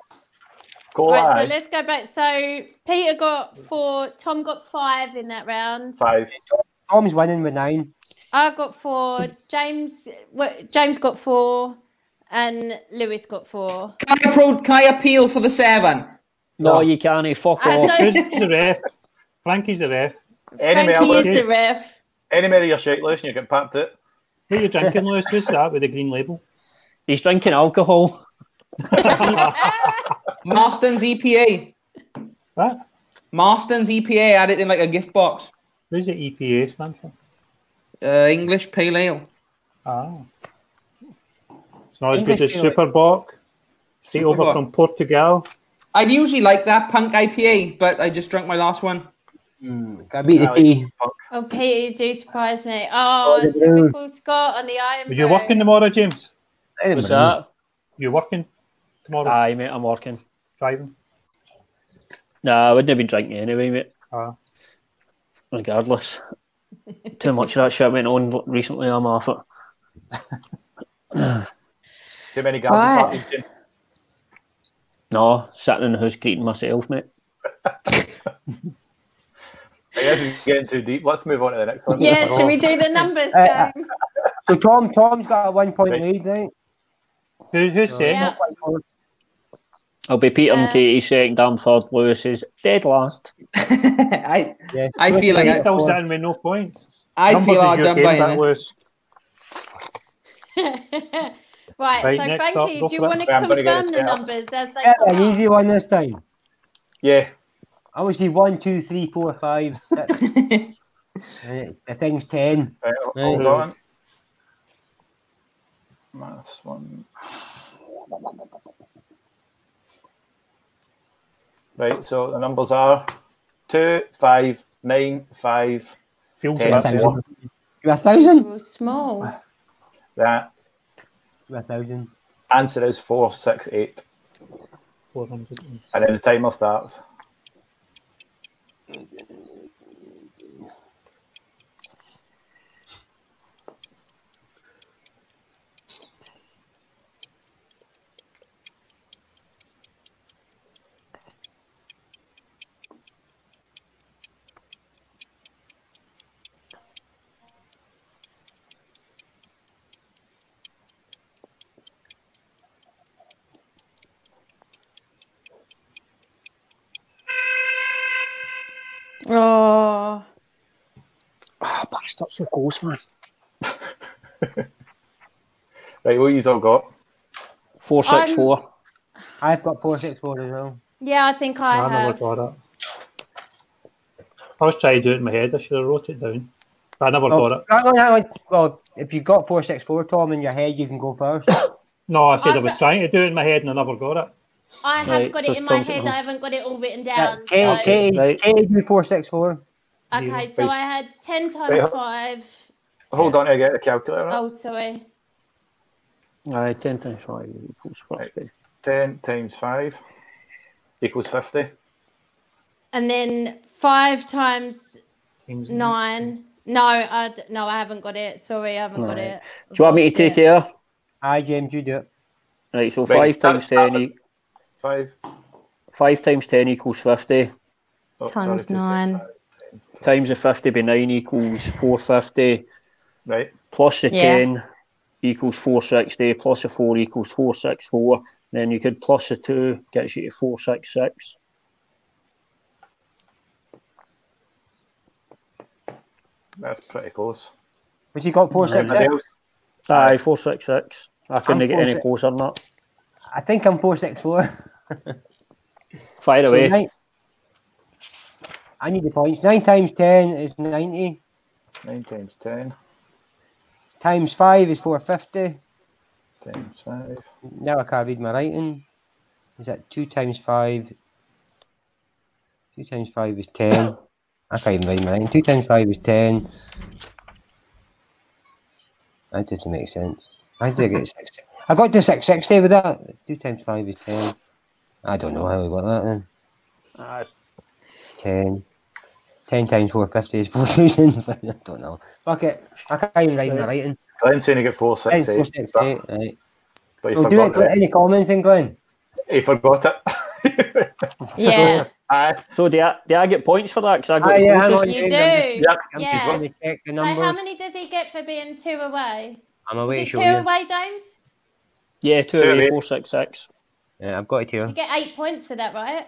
Cola, Right, so aye. let's go back. So Peter got four, Tom got five in that round. Five. Tom's winning with nine. I got four. James, what, James got four, and Lewis got four. Can I pro- can I appeal for the seven? No, No. you can't. eh. Fuck I off. don't- Who's the ref? Frankie's the ref. Any Frankie more, is the ref. any more of your shake, Lewis, and you get papped it. What are you drinking, Lewis? Who's that with the green label? He's drinking alcohol. Marston's EPA. That? Marston's EPA. I had it in like a gift box. Who's the EPA stand for? Uh, English pale ale. Ah. It's not as English good as ale. Superbock. Straight over Superbock. from Portugal. I'd usually like that punk IPA, but I just drank my last one. I beat the tea. Oh, Peter, you do surprise me. Oh, the blue. typical Scott on the Iron. Are you Bro. working tomorrow, James? What's that? You're working tomorrow? Uh, Aye, mate, I'm working. Driving? Nah, I wouldn't have been drinking anyway, mate. Ah. Regardless. Too much of that shit went on l- recently, I'm off it. Too many garden Right. parties. Jim. No, sitting in the house greeting myself, mate. I guess it's getting too deep. Let's move on to the next one. Yeah, should we do the numbers Uh, game? So Tom, Tom's got a one point Right. lead, right? Who, who's saying uh, Yeah. that? I'll be Peter and Uh, Katie second, I'm third, Lewis is dead last. I Yes. I feel like He's I- still sitting with no points. I Numbers feel is hard your done game, by that this. was right, Right, so next up, Frankie, go do you for it. want to Right, I'm gonna confirm get it the set up. numbers as they Yeah, come an up? easy one this time. Yeah. I would see one, two, three, four, five, six. Right, the thing's ten. Right, hold Right. on. That's one. Right, so the numbers are two, five, nine, five. feels Ten a bit thousand. more. You a thousand? Well, small. That You a thousand. answer is four, six, eight. 400. And then the timer starts. Oh. Ah, Bastards for goals, man. Right, what you've all got? Four six I'm- four. I've got four six four as well. Yeah, I think I I never have. got it. I was trying to do it in my head. I should have wrote it down. But I never Oh, got it. hang on, hang on. Well, if you've got four six four, Tom, in your head, you can go first. No, I said I was I've- trying to do it in my head and I never got it. I have Right, got so it in my Tom's at head. home. I haven't got it all written Yeah, down. Katie, so- Katie, right. Katie, do four six four. Okay, so Please. I had 10 Wait, times ho- 5. Hold on, I get the calculator. up. Oh, sorry. Aye, ten times five equals fifty. 10 times 5 equals 50. And then 5 times Teams 9. No, I, d- no, I haven't got it. Sorry, I haven't got Right. it. Do you want me to take Yeah. care? Aye, James, you do it. Right, so Right, five start- times start ten. with- e- 5 Five times ten equals fifty. oh, Times two, nine. five, ten. Times the fifty by nine equals four fifty. Right, Plus the Yeah. ten equals four sixty. Plus the four equals four six four. Then you could plus the two gets you to four six six. that's pretty close. But you got four six Anybody six. else? Aye, four six six. I Ah, couldn't get any 466. closer than that. I think I'm four six four. Fire So away. nine- I need the points. Nine times ten is ninety. 9 times 10 Times five is four fifty. times 5. Now I can't read my writing. Is that two times five? Two times five is ten. I can't even read my writing. Two times five is ten. That doesn't make sense. How did I get six? I got to six sixty with that. Two times five is ten. I don't know how we got that then. Ten. Ten times four fifty is four thousand. I don't know. Fuck it. I can't even read my writing. Glenn's saying he got 4, 6, Ten, four, 8. six, but- eight. Right. But he We'll do it. forgot, Glenn. it. Any comments in Glenn? he forgot it. Yeah, Aye. So do I, do I get points for that? Because I got Ah, Aye, the yeah, I'm closest. on you do. Yeah. I'm Yeah. just going to check the So number. how many does he get for being two away? I'm Is away, it two show you. away, James? Yeah, two Two away. away, four six six. Yeah, I've got it You here. get eight points for that, right?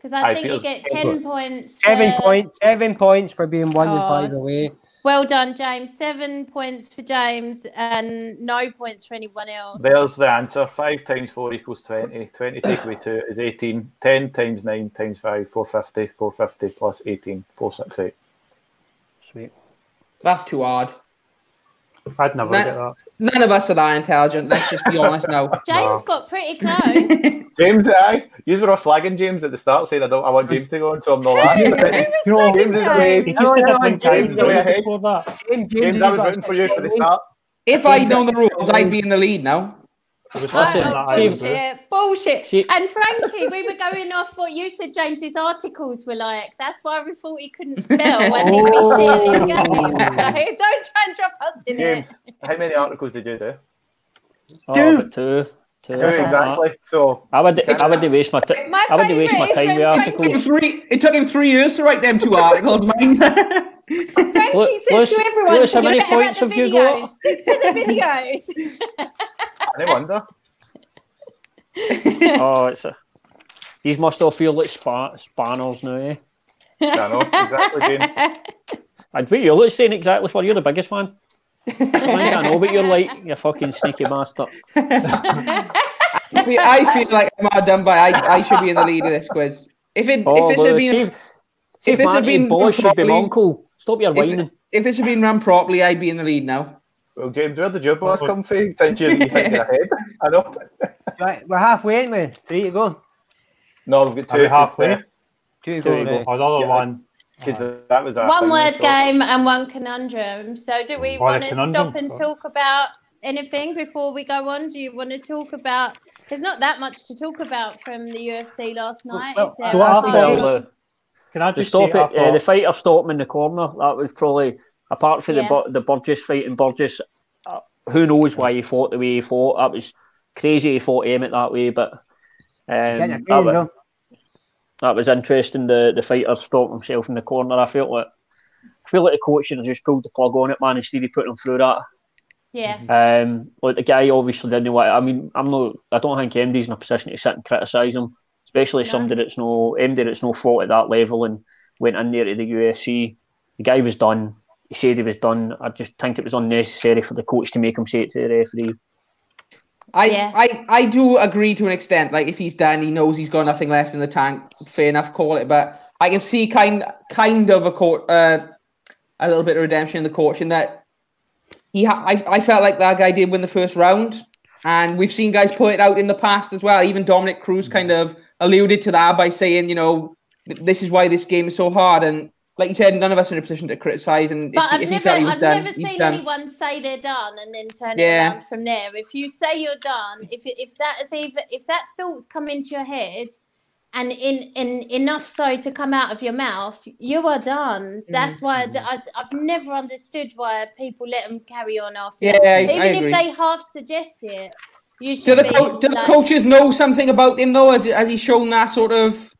Because I Aye, think you feels- get 10 points. Seven for- points. Seven points for being one and Oh, five it's- away. Well done, James. Seven points for James and no points for anyone else. There's the answer. 5 times 4 equals 20. 20 take away 2 is 18. 10 times 9 times 5, 450. 450 plus 18, 468. Sweet. That's too hard. I'd never That- get that. None of us are that intelligent. Let's just be honest now. James got pretty close. James, aye. You were all slagging James at the start saying, I, don't, I want James to go on, so I'm not laughing. But then He You know, was so James is good. away. He just did No, it no, one time James, go ahead. before that. James, James, I was rooting for you for the start. If I'd known the rules, I'd be in the lead now. It was Oh, something that I would do. bullshit, bullshit. She- And Frankie, we were going off what you said James's articles were like. That's why we thought he couldn't spell and he'd be shit at his game. So don't try and drop us in it. James, how many articles did you do? Oh, but two. Two, Two exactly. So I would I would waste my time. My I wouldn't waste my favourite time is with when It took, him articles. three, it took him three years to write them two articles, mine. Frankie Look, says Lewis- to everyone, Lewis, how "You're many better at points the have you videos. got?" Stick to the videos. I wonder. oh, it's a. These must all feel like spa, spanners now, eh? I know exactly, James. I'd be you look saying exactly what you're the biggest one. I know, but you're like you fucking sneaky bastard. See, I feel like I'm hard done by. I, I should be in the lead of this quiz. If it Oh, if this had Lewis, been Steve, Steve this had Martin been Boy should be my properly- uncle. Stop your whining. if, if this had been run properly, I'd be in the lead now. Well, James, where did your boss come from? Since you, you think you're ahead, I know. Right, we're halfway, aren't we? Three to go. No, we've got Are we two halfway? Two to Two go. to go. right. Or another Yeah. one. Because that was our one thing, word so- game and one conundrum. So, do we Why want the to conundrum? stop and talk about anything before we go on? Do you want to talk about? There's not that much to talk about from the UFC last night. well, is there? so what I happened can't- there? Well, uh, Can I The just stop say it. I uh, the thought fighter stopped him in the corner. That was probably apart from Yeah. the Bu- the Burgess fight and Burgess. Uh, who knows why he fought the way he fought? That was crazy. He fought Emmett that way, but um, Get that, your feeling, was, though. that was interesting. The the fighter stopped himself in the corner. I felt like. I feel like the coach should have just pulled the plug on it, man, instead of putting him through that. Yeah, Um, like the guy obviously didn't want. I mean, I'm not. I don't think MD's in a position to sit and criticise him, especially No. somebody that's no MD that's no fault at that level and went in there to the UFC. The guy was done. He said he was done. I just think it was unnecessary for the coach to make him say it to the referee. I, Yeah. I I do agree to an extent. Like if he's done, he knows he's got nothing left in the tank. Fair enough, call it. But I can see kind kind of a court uh, a little bit of redemption in the coach in that he ha- I I felt like that guy did win the first round, and we've seen guys put it out in the past as well. Even Dominic Cruz kind of alluded to that by saying, you know, th- this is why this game is so hard. And like you said, none of us are in a position to criticize. And if, But he- I've if he never, felt he was I've done, never he's seen done. anyone say they're done and then turn Yeah. it around from there. If you say you're done, if if that is even if that thought's come into your head, and in in enough so to come out of your mouth, you are done. That's why I d- Mm-hmm. I, have never understood why people let them carry on after. Yeah, that. I- I even agree. if they half suggest it, you Do should. the, be, co- do the like- coaches know something about him though? Has, has he shown that sort of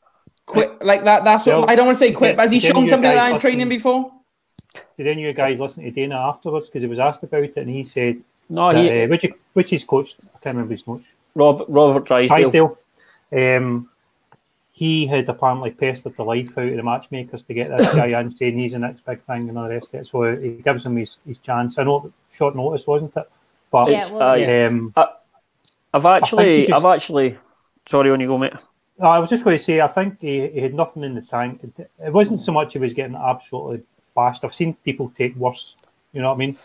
quit, like that? That sort. Of, Well, I don't want to say quit, but has he didn't shown you something guys like that in listen- training before? Did any of you guys listen to Dana afterwards? Because he was asked about it, and he said, No, that, Oh, he, uh, which, which is coached, I can't remember his coach, eh, Rob, Robert Drysdale. Drysdale. Um, he had apparently pestered the life out of the matchmakers to get this guy in, saying he's the next big thing and all the rest of it. So uh, he gives him his, his chance. I know short notice, wasn't it? But Yeah, well, Aye. um, I've I think actually, he just- I've actually. Sorry, on you go, mate. No, I was just going to say, I think he, he had nothing in the tank. It it wasn't so much he was getting absolutely bashed. I've seen people take worse, you know what I mean?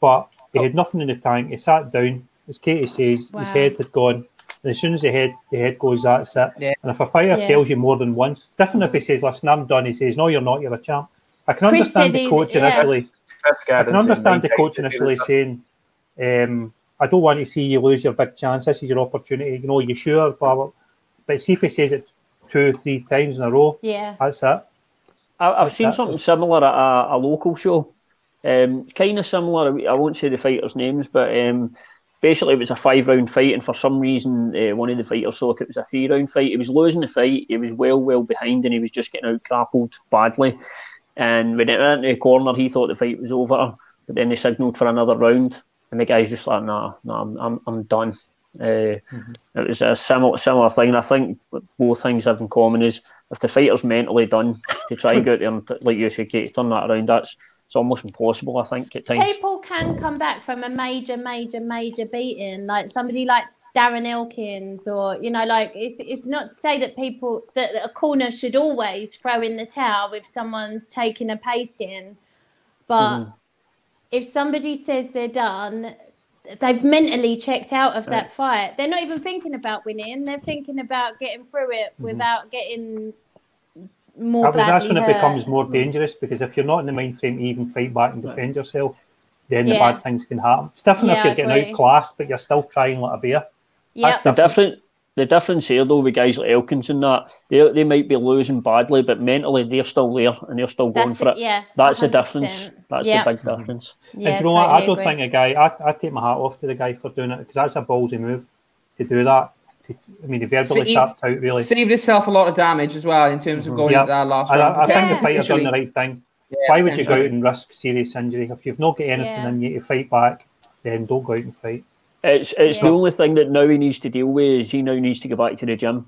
But he had nothing in the tank. He sat down, as Katie says, Wow. his head had gone. And as soon as the head the head goes, that's it. Yeah. And if a fighter Yeah. tells you more than once, it's different if he says, listen, I'm done, he says, no, you're not, you're a champ. I can Chris understand said the he- coach yeah. initially. Chris I Gavin can said understand the nine coach times that he initially was done. saying, um, I don't want to see you lose your big chance. This is your opportunity. You know, you sure, blah, blah. But see if he says it two, three times in a row, Yeah. that's it. I, I've seen that? something similar at a, a local show. Um, kind of similar. I won't say the fighters' names, but um, basically it was a five-round fight, and for some reason uh, one of the fighters thought it was a three-round fight. He was losing the fight. He was well, well behind, and he was just getting out grappled badly. And when it went into the corner, he thought the fight was over. But then they signalled for another round, and the guy's just like, "Nah, nah, I'm, I'm, I'm done." Uh, It was a similar, similar thing. And I think what both things have in common is if the fighter's mentally done to try and go out there and, t- like you said, Kate, turn that around, that's it's almost impossible, I think, at times. people can come back from a major, major, major beating, like somebody like Darren Elkins, or you know, like it's it's not to say that people that a corner should always throw in the towel if someone's taking a pasting, but Mm-hmm. if somebody says they're done. They've mentally checked out of that fight. They're not even thinking about winning. They're thinking about getting through it Mm-hmm. without getting more. That was- that's badly when it hurt. becomes more dangerous because if you're not in the mind frame to even fight back and defend yourself, then the Yeah. bad things can happen. It's different Yeah, if you're I getting agree. outclassed, but you're still trying like a bear. Yep. The different the difference here though with guys like Elkins and that, they they might be losing badly, but mentally they're still there and they're still going That's for it, it. yeah, That's the 100%. difference. That's Yeah. the big difference. Yeah, and do you know what? I totally don't agree. think a guy, I, I take my hat off to the guy for doing it because that's a ballsy move to do that. To, I mean, he verbally he- tapped out, really. Mm-hmm. Saved himself a lot of damage as well in terms of going Yeah. into that last And round. I, I think Yeah. the fighter's done the right thing. Why would you go out and risk serious injury? If you've not got anything Yeah. in you to fight back, then don't go out and fight. It's it's Yeah. the only thing that now he needs to deal with is he now needs to go back to the gym.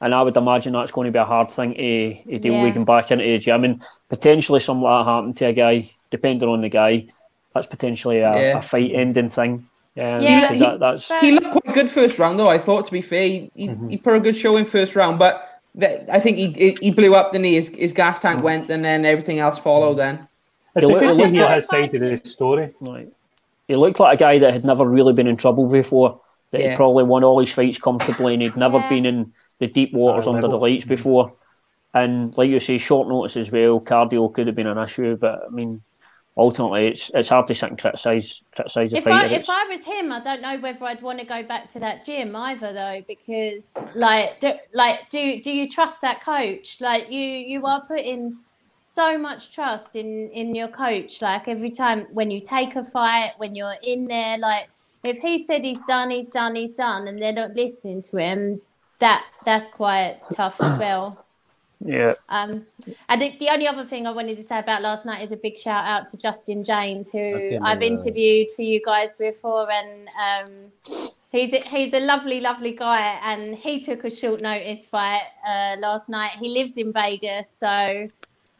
And I would imagine that's going to be a hard thing to, to deal Yeah. with going back into the gym. And potentially something like that happened to a guy, depending on the guy, that's potentially a, Yeah. a fight ending thing. Yeah, Yeah. because that, that's But- He looked quite good first round though. I thought to be fair, he, he, Mm-hmm. he put a good show in first round, but that, I think he- he he blew up the knee. His, his gas tank Mm. went, and then everything else followed. Then It'd be look- good it to looked hear like- his side of the story. like he looked like a guy that had never really been in trouble before. That he Yeah. probably won all his fights comfortably, and he'd never Yeah. been in the deep waters Higher under the level. lights before. And like you say, short notice as well. Cardio could have been an issue, but I mean, ultimately, it's it's hard to sit and criticize criticize a if I fighter. if that's- I was him, I don't know whether I'd want to go back to that gym either, though, because like do, like do do you trust that coach? Like you you are putting so much trust in in your coach. Like every time when you take a fight, when you're in there, like if he said he's done, he's done, he's done, and they're not listening to him, that that's quite tough as well. Yeah, Um, and the, the only other thing I wanted to say about last night is a big shout out to Justin James, who Fucking I've hell. interviewed for you guys before, and um, he's a, he's a lovely, lovely guy. And he took a short notice fight uh, last night. He lives in Vegas, so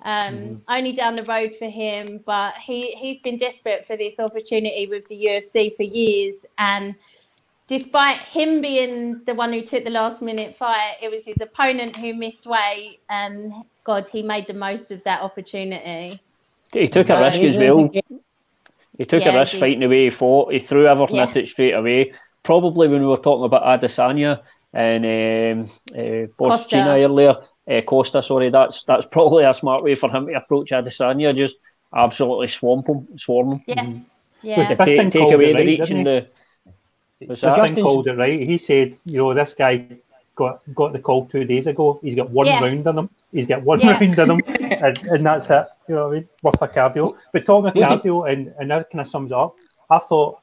um, only down the road for him. But he he's been desperate for this opportunity with the UFC for years, and despite him being the one who took the last minute fight, it was his opponent who missed weight, and God, he made the most of that opportunity. He took a Yeah, risk he's as in the well. game. He took Yeah, a risk he- fighting the way he fought. He threw everything Yeah. at it straight away. Probably when we were talking about Adesanya and um, uh, Costa. Borchina earlier, uh, Costa, sorry, that's that's probably a smart way for him to approach Adesanya. Just absolutely swamp him, swarm him. Yeah, Take, yeah, That's been take called away it, the right, reach doesn't and he? the. Was Justin, that? Justin- called it right. He said, you know, this guy got got the call two days ago. He's got one Yeah. round in him. He's got one Yeah. round in him, and, and that's it. You know what I mean? Worth a cardio. But talking of Yeah. cardio, and, and that kind of sums it up. I thought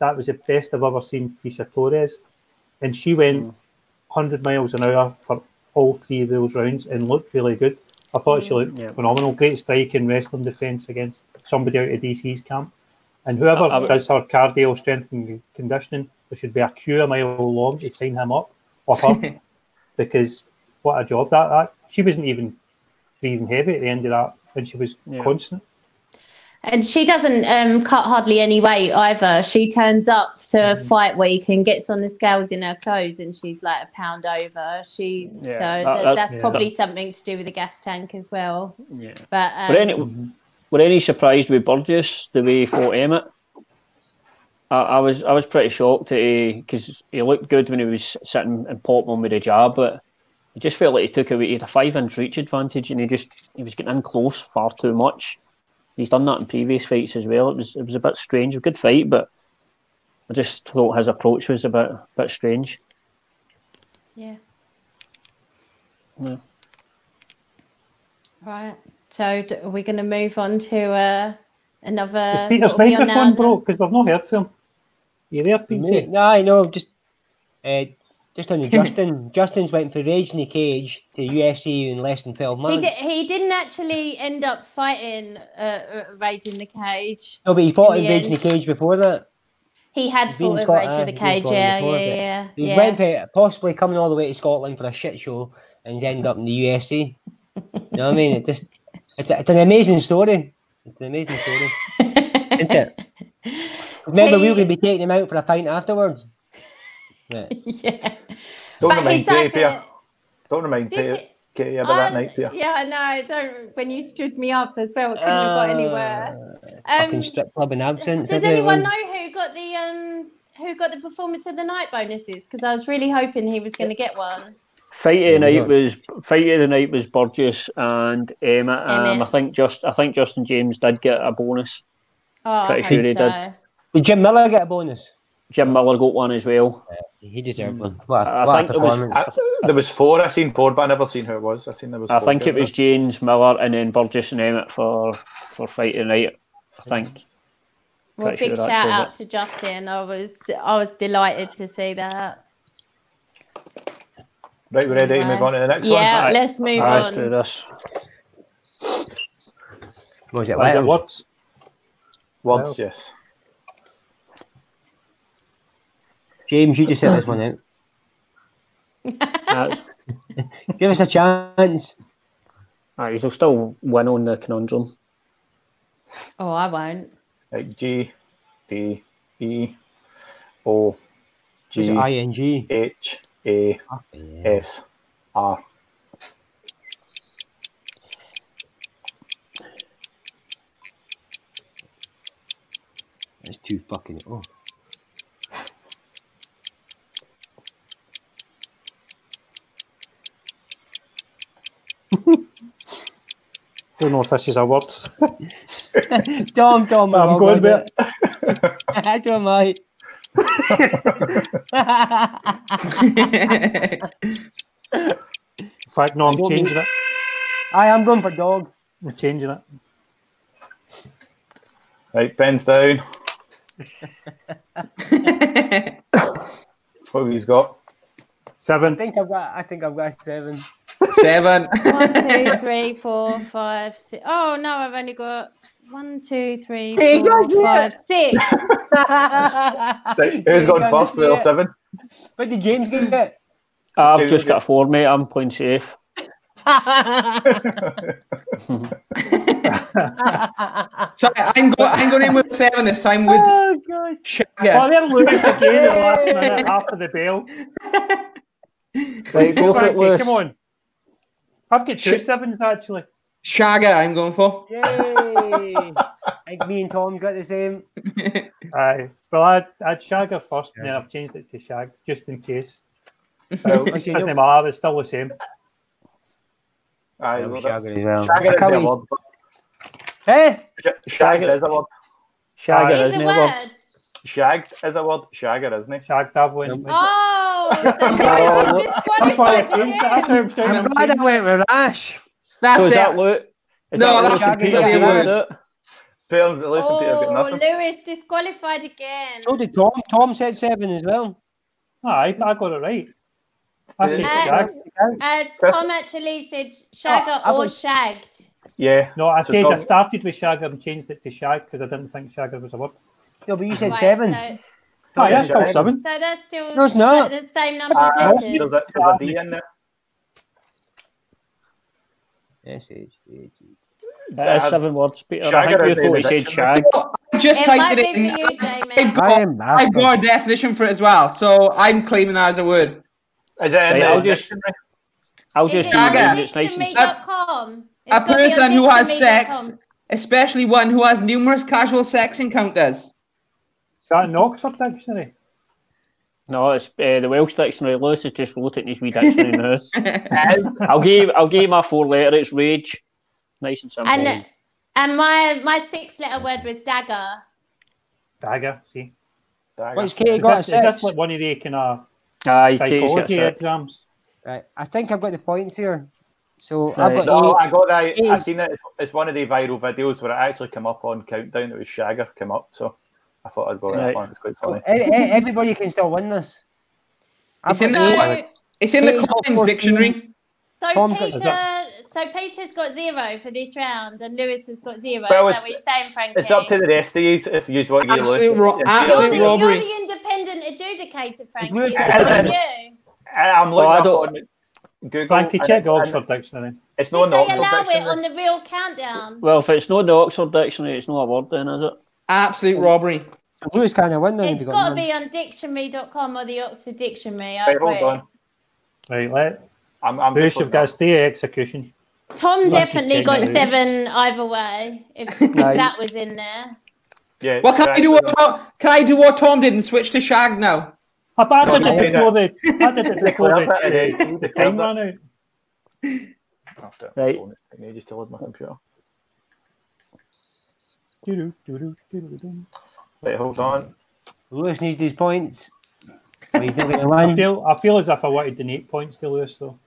that was the best I've ever seen Tisha Torres, and she went 100 miles an hour for all three of those rounds and looked really good. I thought she looked Yeah. phenomenal. Great strike and wrestling defense against somebody out of DC's camp. And whoever I- I would- does her cardio, strength, and conditioning, there should be a queue a mile long to sign him up or her because what a job that, that she wasn't even breathing heavy at the end of that, and she was Yeah. constant. and she doesn't um, cut hardly any weight either. She turns up to fight week and gets on the scales in her clothes, and she's like a pound over. She Yeah, so that- th- that- that's yeah. probably something to do with the gas tank as well. Yeah. But um, Were any, were any surprised with Burgess the way he fought Emmett? I, I was I was pretty shocked that he because he looked good when he was sitting and popping him with a jab, but it just felt like he took away he had a five inch reach advantage and he just he was getting in close far too much. He's done that in previous fights as well. It was it was a bit strange, a good fight, but I just thought his approach was a bit a bit strange. yeah, Yeah. right. So d- we're going to move on to uh, another. Is Peter's what are Uh, we on now microphone then? broke? Because we've not heard from him. You there, No, PC? no, I know. Just, uh, just on the Justin. Justin's went from Rage in the Cage to UFC in less than twelve He, months. di- he didn't actually end up fighting uh, uh, Rage in the Cage. No, but he fought in in the Rage in the Cage before that. He had He's been fought in in Rage in Scotland, the he's Cage. gone Yeah, before, yeah, but yeah, He yeah. went pa- possibly coming all the way to Scotland for a shit show and end up in the UFC. you know what I mean? It just it's, a, it's an amazing story. It's an amazing story, isn't it? Remember, we were He- going to be taking him out for a pint afterwards. But yeah. Don't But remind he's like Katie, Pierre. a- Don't remind Did Katie, it- Katie about that I- night, Pierre. Yeah, I know. I Don't. When you stood me up as well, it couldn't have got any worse. Ah. fucking Um, strip club in absence. Does isn't it, anyone Lynn? know who got the um who got the performance of the night bonuses? Because I was really hoping he was going to get one. Fight of the Yeah. night was fight of the night was Burgess and Emma. Um, I Emmett. think just I think Justin James did get a bonus. Oh, I Pretty hope sure he so. did. Did Jim Miller get a bonus? Jim Miller got one as well. He deserved one. What a, I what a think it was- performance. I, there was four. I seen four, but I never seen who it was. I seen there was. I four think it people. was James Miller and then Burgess and Emmett for for fight of the night. I think. Well, Pretty big sure that's shout all out it. to Justin. I was I was delighted to see that. Right, we're ready to move on to the next yeah, Aye. let's move Ah, Let's do on. this. was it Is it Wales? words? one. Words, yes. James, you just set this one out. That's, Give us a chance. aye, he'll still win on the conundrum. Oh, I won't. Like G, D, E, O, G, Is it ing? H, A, S, R. That's too fucking. Oh. Don't know if this is a word. Dom, Dom, I'm I'll going go with it. Don't mind. In fact, no, I'm don't changing mean- it. I am going for dog. I'm changing it. Right, Ben's down. What have he's got? I Seven. think I've got. I think I've got seven. Seven. One, two, three, four, five, six. Oh no, I've only got one, two, three, Hey, four, guys, yeah. five, six. Right, who's going first? Well, seven. What did James get? I've Two. just got a four, mate. I'm playing So safe. I- I'm, go- I'm going in with seven this time with oh god. Oh, Shagger. they're Lewis again at the last minute after the bell. Right, go for it, Frankie, Lewis. come on. I've got two Shit. sevens actually. Shagger, I'm going for. Yay! I think me and Tom got the same. Aye. Well, I'd, I'd Shagger first, and then I've changed it to Shag just in case. So, Okay, Doesn't no- matter, it's still the same. aye, no, well, that's- Shagger Shagger as well. I is can't a wait- word. but Eh? sh- Shagged is a word. Shagger, It's isn't a he? Love? word. Shagged is a word. Shagger, isn't he? Shag Davlin. Oh, so Oh, this That's why I one changed it. That's how I'm saying I'm I'm glad I went with Ash. That's So is it. that Luke? Is No, that Luke that's and Peter completely doing weird. it? Peter, Lewis and Peter have got Oh, nothing. Lewis disqualified again. So did Tom. Tom said seven as well. Aye, I got it right. I said Uh, Shag. Uh, Tom actually said shagger Oh, I or was- shagged. Yeah. No, I So said I Tom- started with Shagger and changed it to Shag because I didn't think Shagger was a word. No, but you said Right, seven. So, Aye, that's still Shag. seven. so that's still No, it's not. the same number Uh, of there's, letters. a, there's a D in there. Yes, H, H, H. Yeah, That is seven words, Peter. I Shagger think is you in the thought he said dictionary. shag. I just It might typed be it for in. you, I've Jamie. I got, am I've laughing. got a definition for it as well, so I'm claiming that as a word. Is it in Right, the I'll just- dictionary? I'll Is just it be on rude and on it's nice and dictionary? dictionary.com? It's A gotta be on person who has dictionary.com. sex, especially one who has numerous casual sex encounters. Is that an Oxford dictionary? No, it's uh, the Welsh dictionary. Lewis has just wrote it in his wee dictionary in the house. Is- I'll give I'll give you my four letter. It's rage. Nice and simple. And and my my six letter word was dagger. Dagger, see. What's Dagger. Katie Is got? this, a is this six? like one of the kind of uh, Aye, Katie's got psychology six. exams? Right. I think I've got the points here. So Right. I've No, got eight. I got that. Eight. I've seen it. It's- It's one of the viral videos where it actually came up on Countdown. It was Shagger came up, so I thought I'd go with that Right. one. It's quite So funny. e- e- everybody can still win this. It's So, in the got Collins- It's in He's the got Collins 14. dictionary. so Tom got- Peter so Peter's got zero for this round and Lewis has got zero. Well, Is that it's- what you're saying, Frankie? It's up to the rest of you if you want to give Absolute Lewis. ro- and you're, Peter. absolute the, ro- you're robbery. the independent adjudicator, Frankie. Lewis- It's on you. I- I'm looking Oh, I up don't- on Google. Frankie, Oh, and check it's- the and Oxford dictionary. It's not Did on the they Oxford allow it dictionary. on the real countdown? Well, if it's not the Oxford dictionary, it's not a word then, is it? Absolute robbery. Lewis kind of win then. if It's you got to got be on dictionary.com or the Oxford Dictionary. I Wait, agree. hold on. Right, let I'm, I'm Bush just have looking got up. to stay execution. Tom Like definitely you said, got Lou. seven either way. If, if Right. that was in there, Yeah, Well, can I Shag- do what Tom, can I do what Tom did and switch to shag now? I, I did No, it no, uh, before the, I did it before Declare that the, uh, it is. the time ran out. Oh, damn, Right. phone is taking ages to load my computer. Doo-doo, doo-doo, doo-doo-doo. Wait, hold on. Lewis needs these points. Or he's not going to I Um, win. feel, I feel as if I wanted the eight points to Lewis, though.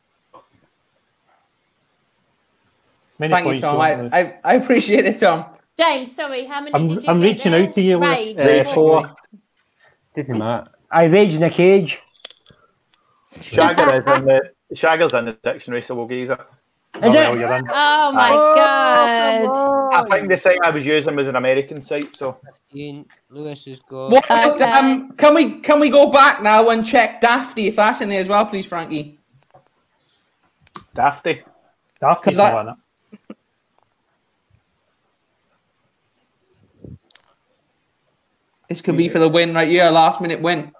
Many Thank you, points. Tom. don't I, Lewis? I, I appreciate it, Tom. James, sorry, how many? I'm- did you I'm get reaching there? out to you, Rage, Lewis. Uh, what? four. Didn't matter. I rage in a cage. Shagger is in the Shagger's in the dictionary, so we'll get it. Oh, Is well, it? you're in. Oh my god! I think the site I was using was an American site, so Ian, Lewis has got. What, Okay. um, can we can we go back now and check Dafty if that's in there as well, please, Frankie? dafty. Daft Cause not I- on it. This could be for the win right here, last minute win.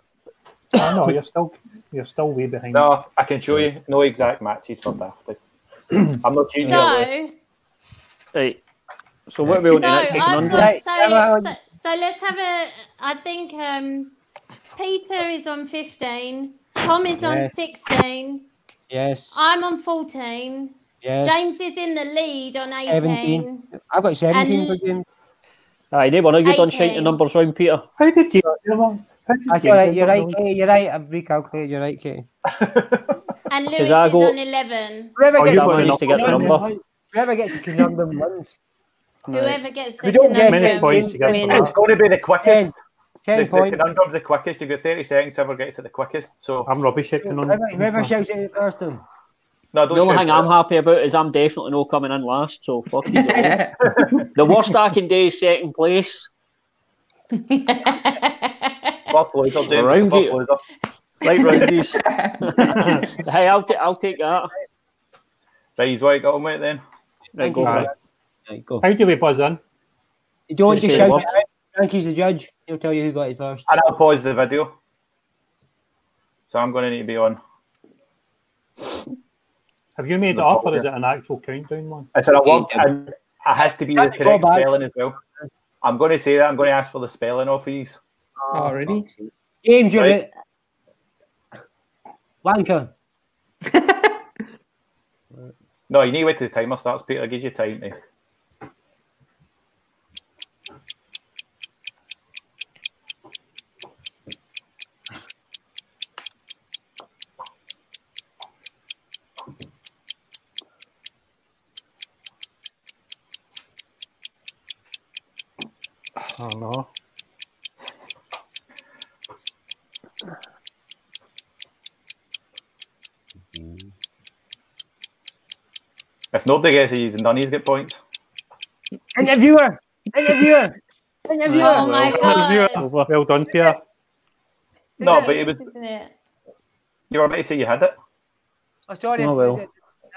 Oh, no, you're still, you're still way behind. No, I can show you no exact matches for dafty. I'm not cheating. you. So, Right. So what are we on so to next? Taking I've under? got Right, so, come so on. so let's have a. I think um, Peter is on fifteen. Tom is on Yes. sixteen. Yes. I'm on fourteen. yes. Uh, James is in the lead on 18. 17. I've got 17 for And- James. Aye, they were good on shouting Eighteen. numbers round, Peter. How did you? How did That's you- all right. You're right, Katie. You're right. I've recalculated. You're right, Katie. And Lewis Because is I go- on 11. Whoever Oh, gets you've I got managed to get the number. number. Whoever gets the conundrum wins. Right. Whoever gets the We don't get conundrum many points together for wins. It's going to be the quickest. The, 10 the points. conundrum's the quickest. You've got 30 seconds. Whoever gets it the quickest. So I'm rubbish at Whoever, conundrum. whoever shouts it at the first one. no, The don't only shout thing it. I'm happy about is I'm definitely not coming in last, so fuck you. the worst I can do is second place. Fuck loser, James. Round Fuck you. loser. Right roundies. hey, I'll, t- I'll take that. Right, he's what you got on with then. Right, go for it. Right, go. How do we buzz in? You don't want Just to say shout what? it out. Frankie's the judge. He'll tell you who got it first. And I'll pause the video. So I'm going to need to be on. Have you made it up or is it an actual countdown one? It's an award, and it has to be the Can't you go correct back? spelling as well. I'm going to say that. I'm going to ask for the spelling off of these. Already? James, you're Right. it. Wanker. No, you need to wait till the timer starts, Peter. Gives you time to. Oh no. If nobody gets these, none of these get points. Interviewer. Interviewer. Interviewer. Oh my god. Over. Well done, Pierre. No, but it was. Isn't it? You were about to say you had it. Oh, sorry. Oh, well.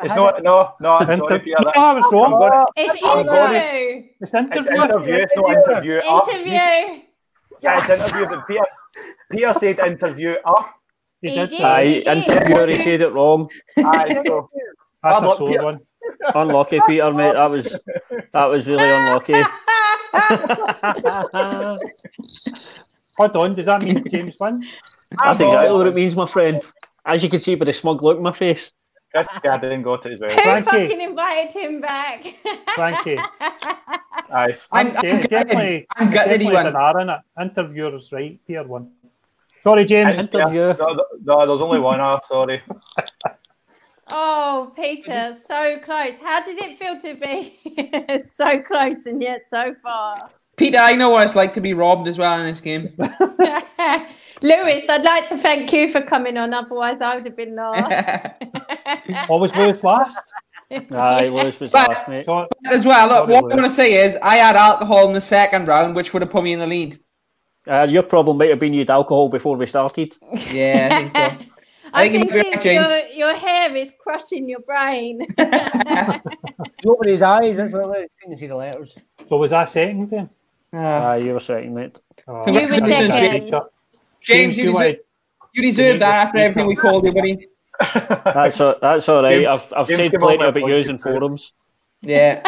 I It's had not. No, no. I'm sorry, Inter- Peter. no, That, I was I'm wrong. gonna, It's Oh, I'm sorry. interview. It's it's interview. interview. It's not interview. Ah, you- Interview. Yeah, it's interview. But Peter, Peter said interview. Ah, He He did did. that. Aye, interviewer, he said it wrong. aye, so That's I'm a up sore here. one. Unlucky, Peter, mate. That was that was really unlucky. Hold on, does that mean James wins? That's exactly what it means, my friend. As you can see by the smug look on my face. this guy didn't got it as well. Who Frankie. fucking invited him back? Frankie. Aye, I'm, I'm, De- gutted. definitely, I'm gutted definitely he an won. R in it. Interviewer's right, Pierre won. Sorry, James. It's- yeah, Interview. No, no, there's only one. Ah, sorry. oh, Peter, so close. How does it feel to be so close and yet so far? Peter, I know what it's like to be robbed as well in this game. Lewis, I'd like to thank you for coming on. Otherwise, I would have been lost. but Always Lewis last. Aye, Lewis was But- last, mate. So, as well, look, Sorry, what Lou. I'm going to say is I had alcohol in the second round, which would have put me in the lead. Uh, your problem might have been you'd alcohol before we started. Yeah, I think so. I I think think you might be it's right, your, your hair is crushing your brain. He opened his eyes. That's what it was. Couldn't see the letters. so was that second then? Aye, you were second, mate. Oh, You were that's a second. good shot. James, you you deserve, wanted- you deserve that after you everything we called you, buddy. That's all, that's all right. James- I've, I've James said came plenty up with about a yous in point. forums. Yeah.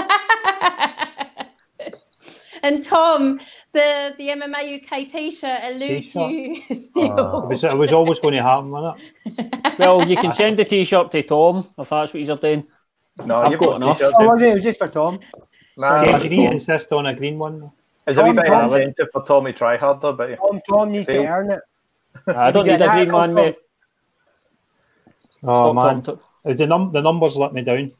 and Tom, the, the MMA UK t shirt eludes T-shirt. you still. It was, it was always going to happen, wasn't it? Well, you can send the T-shirt to Tom if that's what he's doing. No, I've you've got got, enough. T-shirt, Oh, dude. was it? It was just for Tom. Nah, James, it's you need to insist on a green one. a wee bit of Tom. incentive for Tommy try harder, but yeah. Tom, Tom needs to Failed. earn it. Uh, I don't You need get a that, green man, Tom. mate. Oh, Oh, Stop man. Tom. It was the, num- the numbers let me down. T-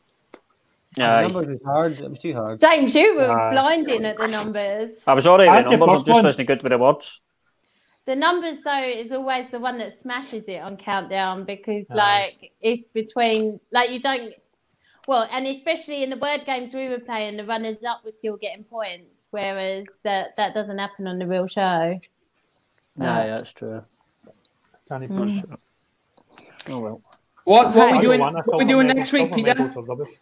The Aye. numbers was hard. It was too hard. James, you were Aye. blinding at the numbers. I was alright I had with the numbers. I'm first just one. listening good with the words. The numbers though is always the one that smashes it on countdown because Aye. like it's between like you don't well and especially in the word games we were playing the runners up were still getting points whereas that that doesn't happen on the real show. Aye, that's true. Can he push? Oh well. What, what Hi. we I doing, won a what we silver doing medal. next week, Silver Peter? medals are rubbish.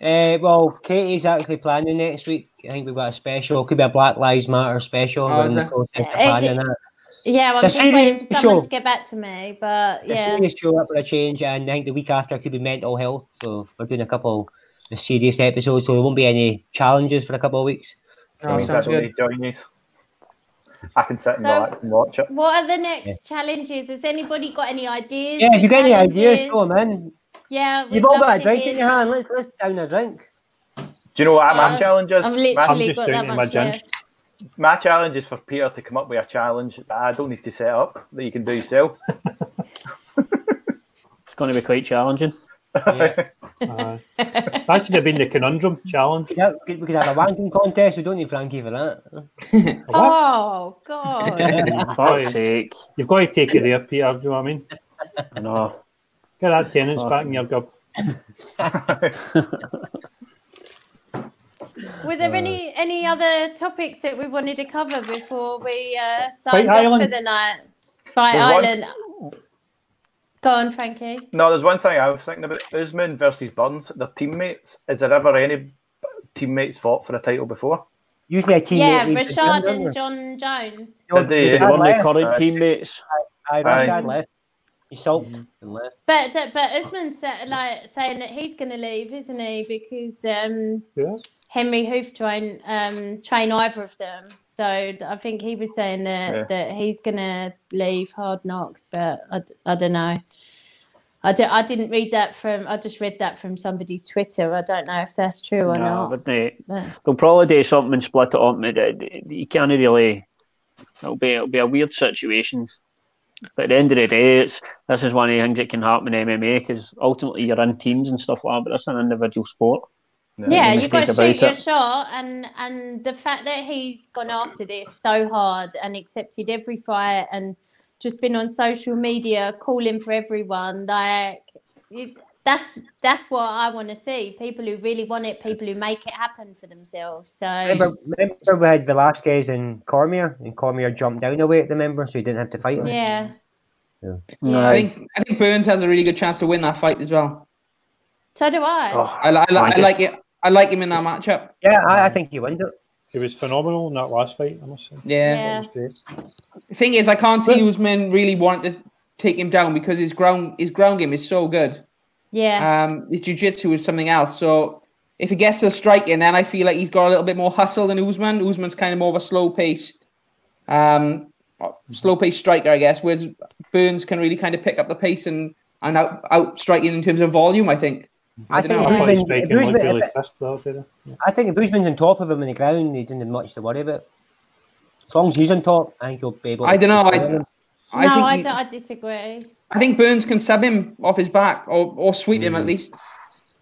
Uh, well, Katie's actually planning next week. I think we've got a special. Could be a Black Lives Matter special. Oh, is We're it? close to Uh, planning that. Yeah, well, I'm It's a just waiting serious for someone show. to get back to me, but It's yeah. serious show up for a change, and I think the week after could be mental health. So we're doing a couple of serious episodes, so there won't be any challenges for a couple of weeks. That Oh, means I sounds don't good. need to join yous. I can sit and So- relax and watch it. What are the next challenges? Has anybody got any ideas? Yeah, if for you got any ideas, challenges? throw 'em in. Yeah, we'd You've all love got a to drink hear. in your hand. Let's let's down a drink. Do you know what my Yeah. challenge is? I've Uh, My, literally just got doing that it in my much gym. left. my challenge is for Peter to come up with a challenge that I don't need to set up that you can do yourself. It's going to be quite challenging. Aye. Uh, that should have been the conundrum challenge. We could, have, we could- we could have a wanking contest. We don't need Frankie for that. What? Oh god. Fuck's sake. You've got to take it there, Peter. Do you know what I mean? I know. Get that tenants back in your gob. Were there any any other topics that we wanted to cover before we uh, Fight signed off for Island. the night? Fight There's one- Island. Go on, Frankie. No, there's one thing I was thinking about Usman versus Burns, they're teammates. Is there ever any teammates fought for a title before? Usually a teammate. Yeah, leaves the gym, Rashad doesn't and they? John Jones. Did they? Rashad Yeah. One of the left. current Aye. teammates. Aye, Aye. Rashad left. He sulked Mm-hmm. and left. But but Usman's sa- like saying that he's going to leave, isn't he? Because um, Yeah. Henry Hoof train um, train either of them. So I think he was saying that, Yeah. that he's going to leave Hard Knocks, but I, d- I don't know. I, d- I didn't read that from. I just read that from somebody's Twitter. I don't know if that's true or Nah, not. but they, But they'll probably do something and split it up. and it- it- You can't really. It'll be it'll be a weird situation. But at the end of the day, it's this is one of the things that can happen in MMA because ultimately you're in teams and stuff like that. But that's an individual sport. yeah, make a you've got to mistake shoot about your it. shot, and and the fact that he's gone after this so hard and accepted every fight and just been on social media calling for everyone, like it, that's that's what I want to see. People who really want it, people who make it happen for themselves. So Remember, remember we had Velasquez and Cormier, and Cormier jumped down a weight, remember, so he didn't have to fight him. yeah, I think I think Burns has a really good chance to win that fight as well. so do I. Oh. I, li- I, li- I like it. I like him in that matchup. Yeah, I, I think he wins it. He was phenomenal in that last fight, I must say. Yeah. That Yeah. was great. The thing is, I can't see Usman really wanting to take him down because his ground his ground game is so good. Yeah, Um, his jiu-jitsu is something else. So if he gets to striking, then I feel like he's got a little bit more hustle than Usman. Usman's kind of more of a slow-paced, um, slow-paced striker, I guess. Whereas Burns can really kind of pick up the pace and and out out striking in terms of volume. I think. I dunno. think, I if thought his Usman, if striking looked really Usman, if, fast though, did he? I think if Usman's on top of him on the ground, he didn't have much to worry about. As long as he's on top, I think he'll be able to I don't know. destroy I, him. I no, think I, he- d- I disagree. I think Burns can sub him off his back or, or sweep him at least.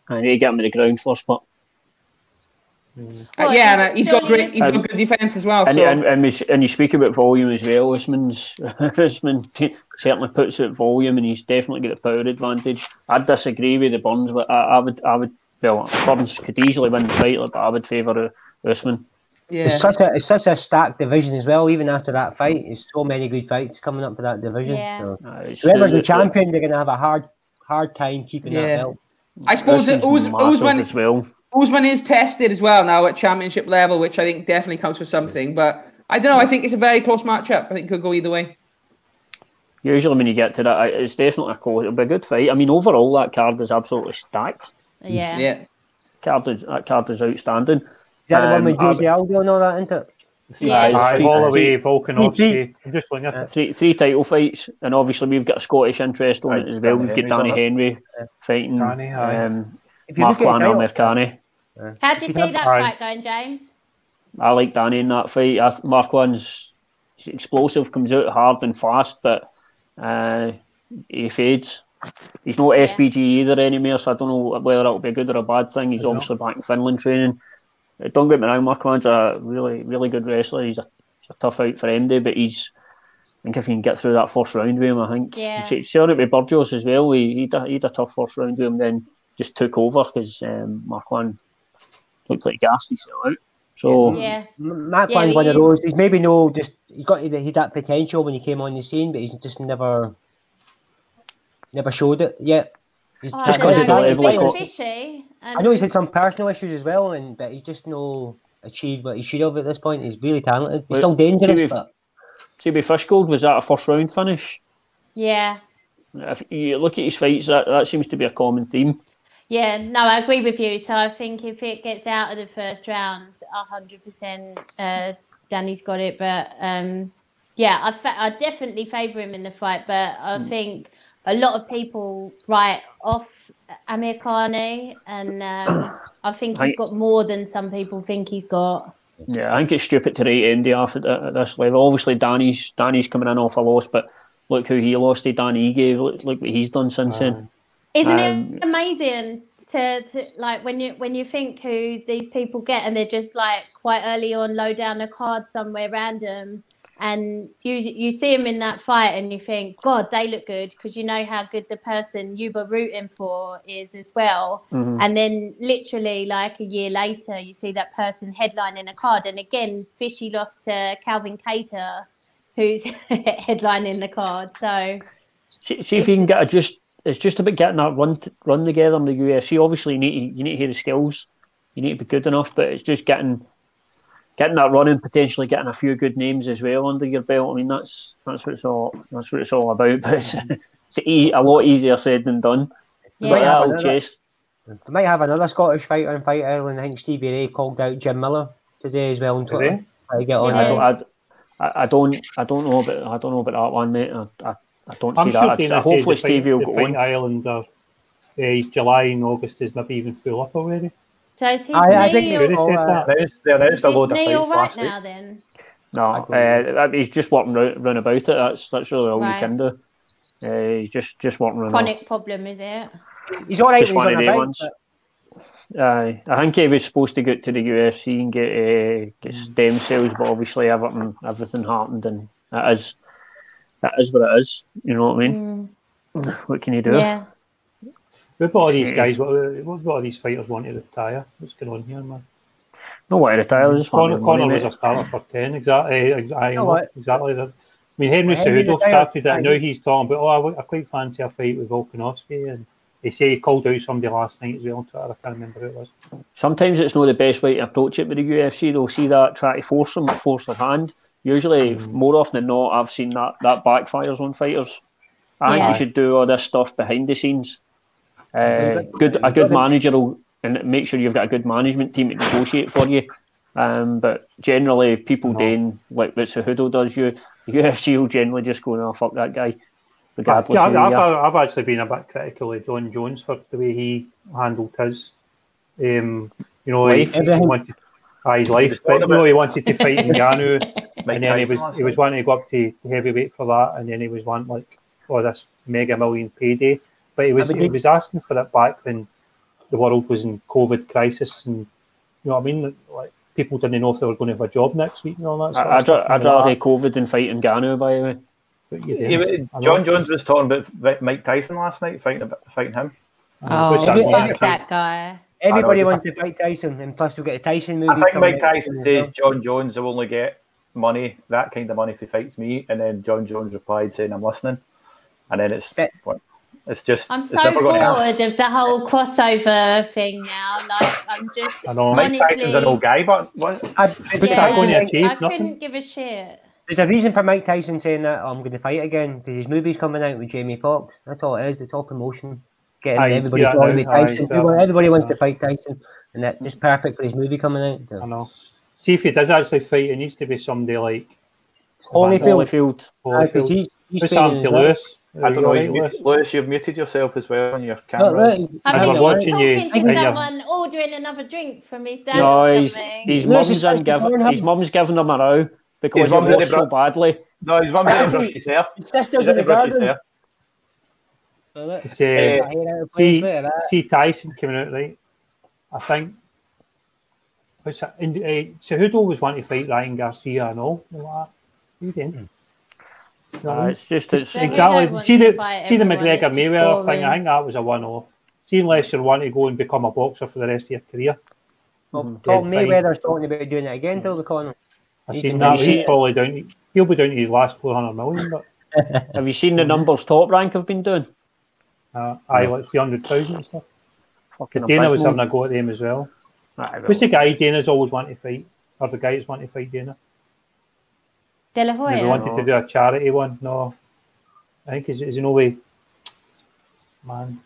I need to get him to the ground first, but Uh, Well, yeah, you- and uh, he's got surely great. you- He's got Um, good defense as well. and, so and, and, we, s- and you speak about volume as well. Usman's Usman t- certainly puts out volume, and he's definitely got the power advantage. I disagree with the Burns, but I, I would I would well Burns could easily win the fight, but I would favour Usman. yeah, It's such, a, it's such a stacked division as well, even after that fight. There's so many good fights coming up for that division. Yeah. So. Uh, it's- Whoever's the it's- champion, they're going to have a hard hard time keeping Yeah. that belt. I suppose that Usman's Us- massive Usman as well. Usman is tested as well now at championship level, which I think definitely counts for something. But I don't know. I think it's a very close matchup. I think it could go either way. Usually, when you get to that, I- it's definitely a close. It'll be a good fight. I mean, overall, that card is absolutely stacked. Yeah, Yeah, Card is, that card is outstanding. Is that the one Um, with I- Jose Aldo and all that, isn't it? Yeah. Aye, Three- Holloway, He- Volkanovski. I'm just looking at it. three three title fights, and obviously we've got a Scottish interest on it Aye, as well. We've Danny got Danny Henry's Henry fighting Danny, aye. um, If you look at the Marquand title- Mercani. How do you see that Aye. fight going, James? I like Danny in that fight. I, th- Marquand's explosive, comes out hard and fast, but uh, he fades. He's not SBG either anymore, so I don't know whether that'll be a good or a bad thing. He's He's not. obviously back in Finland training. Uh, Don't get me wrong, Marquand's a really, really good wrestler. He's a, he's a tough out for MD, but he's. I think if he can get through that first round with him, I think. Yeah. He saw it with Burgos as well. He he'd a, he'd a tough first round with him, then just took over because um, Marquand looked like gassed himself out. So Yeah, M- Mark Yeah, yeah, one of he is. those. He's maybe no just he's got he had that potential when he came on the scene, but he's just never never showed it yet. He's oh, I Just just don't because know. of the He's level he been got- fishy. And I know he's had some personal issues as well, and but he's just no achieved what he should have at this point. He's really talented. He's Wait, still see dangerous, if- but TB Fishgold was that a first round finish? yeah. If you look at his fights, that, that seems to be a common theme. Yeah, no, I agree with you. So I think if it gets out of the first round, hundred percent, uh, Danny's got it. But um, yeah, I, fa- I definitely favour him in the fight. But I think a lot of people write off Amir Khani, and um, I think he's Right. got more than some people think he's got. Yeah, I think it's stupid to rate MDF at, at this level. Obviously, Danny's Danny's coming in off a loss, but look who he lost to Dan Ige. Look, look what he's done since then. Isn't Um, it amazing to, to like when you when you think who these people get and they're just like quite early on low down a card somewhere random and you you see them in that fight and you think god they look good because you know how good the person you were rooting for is as well Mhm. and then literally like a year later you see that person headlining a card and again fishy lost to Calvin Cater who's headlining the card so See, see if you can get a just. It's just about getting that run t- run together in the USC. Obviously, you need to, you need to hear the skills. You need to be good enough, but it's just getting getting that running, potentially getting a few good names as well under your belt. I mean, that's that's what it's all that's what it's all about. But it's, it's e- a lot easier said than done. It's like Yeah. that old chase. They might have another Scottish fighter in Fight Island. I think Stevie Ray called out Jim Miller today as well on Twitter. I get on. I it. don't, I, I- I don't, I don't know about, I don't know about that one, mate. I, I, I don't see I'm sure that. I, Dana says hopefully, the fight, Stevie will the go fight on. Island are, eh, is July and August is maybe even full up already. Joe's his I- I knee think he They all- really said Oh, uh, that. announced, they is announced a his load of knee fights all right last now week. then? No, I don't uh, he's just walking round, round about it. That's that's really all Right. he can do. Uh, he's just just walking round. Chronic problem, is it? He's all right. Just He's one on of the them bike, ones. but Aye, I think he was supposed to go to the UFC and get uh, get Hmm. stem cells, but obviously everything everything happened, and that is that is what it is. You know what I Hmm. mean? Mm, What can you do? yeah. What about all these Yeah. guys? What, what about all these fighters want to retire? What's going on here, man? No way to retire. I Just want Conor the money, Conor was mate. a starter for ten, exactly. I, know what? exactly. That. I mean, Henry Well, Henry Cejudo retired. started it. Now Aye. he's talking about, oh, I, w- I quite fancy a fight with Volkanovski, and they say he called out somebody last night as well on Twitter. I can't remember who it was. Sometimes it's not the best way to approach it with the UFC. They'll see that, try to force them, force their hand. Usually, Mm-hmm. more often than not, I've seen that that backfires on fighters. I think Yeah. you should do all this stuff behind the scenes. Uh, Mhm. good, a good Mhm. manager will and make sure you've got a good management team to negotiate for you. Um, but generally, people Uh-huh. doing like what Cejudo does, you the UFC will generally just go, "No, fuck that guy," regardless. yeah, I've, of who I've, you are. I've actually been a bit critical of John Jones for the way he handled his, um, you know, he, Life. he wanted ah, his life, but you know, he wanted to fight in Ganu, Mike and then he Tyson was last he was week. wanting to go up to heavyweight for that, and then he was wanting like oh this mega million payday, but he was but he did- was asking for it back when the world was in COVID crisis, and you know what I mean, like people didn't know if they were going to have a job next week and all that. Sort of I, I'd, ra- stuff I'd rather have COVID than fighting Ganu, by the way. Yeah, but John Jones was talking about Vi- Mike Tyson last night, fighting about, fighting him. Oh, Which I- fuck that guy. Everybody I know, wants to fight Tyson, and plus we'll get a Tyson movie. I think coming Mike out Tyson as well. says John Jones will only get money, that kind of money, if he fights me. And then John Jones replied saying, "I'm listening." And then it's But- it's just I'm it's so never going to happen. bored of the whole crossover thing now. Like, I'm just. I know. Mike Tyson's an old guy, but what? I- What's that Yeah, going to achieve? I Nothing. couldn't give a shit. There's a reason for Mike Tyson saying that oh, I'm going to fight again because his movie's coming out with Jamie Foxx. That's all it is. It's all promotion. Getting Aye, everybody yeah, going aye, with Tyson. aye, Everyone- yeah. everybody wants to Yeah. fight Tyson, and that's just perfect for his movie coming out. I So. know. See if he does actually fight, it needs to be somebody like Holyfield, Holyfield. aye, 'cause Holyfield. he's, he's Who's training Sam as to well. Lewis? I don't know. Right, You've Lewis? muted, Lewis, you've muted yourself as well on your Look, camera. look, Have I you was been watching talking you, to and you- someone ordering another drink from his dad No, or his, something? his No, she's mum's supposed to burn ungiven. him. His mum's giving him a row because His he mum did lost it, so bro. badly. No, his mum's didn't brush his hair. his She sister's in the didn't brush his garden. hair. Well, look, It's, uh, Eh, I hear out of place, see, look at that. see Tyson coming out right. I think. What's that? And, uh, so who'd always want to fight Ryan Garcia and all? You know what? Who didn't? You know what I Uh, mean? it's just it's, Then we exactly. don't Exactly. want See to the fight see the everyone, McGregor it's just Mayweather thing. I boring. think that was a one-off. See, unless you want to go and become a boxer for the rest of your career, Well, Tom Hmm, dead fine. Mayweather's talking about doing it again, Phil Connor. I He seen can- that. he He's should- probably down. to- He'll be down to his last four hundred million, but Have you seen the numbers top rank have been doing? uh, aye, like three hundred thousand and stuff. Fucking Because Dana was abysmal. having a go at them as well. Aye, well, Who's the guy Dana's always wanted to fight? Or the guy that's wanted to fight Dana? De La And Hoya. they wanted to No. do a charity one. No. I think it's, it's in no way. Man.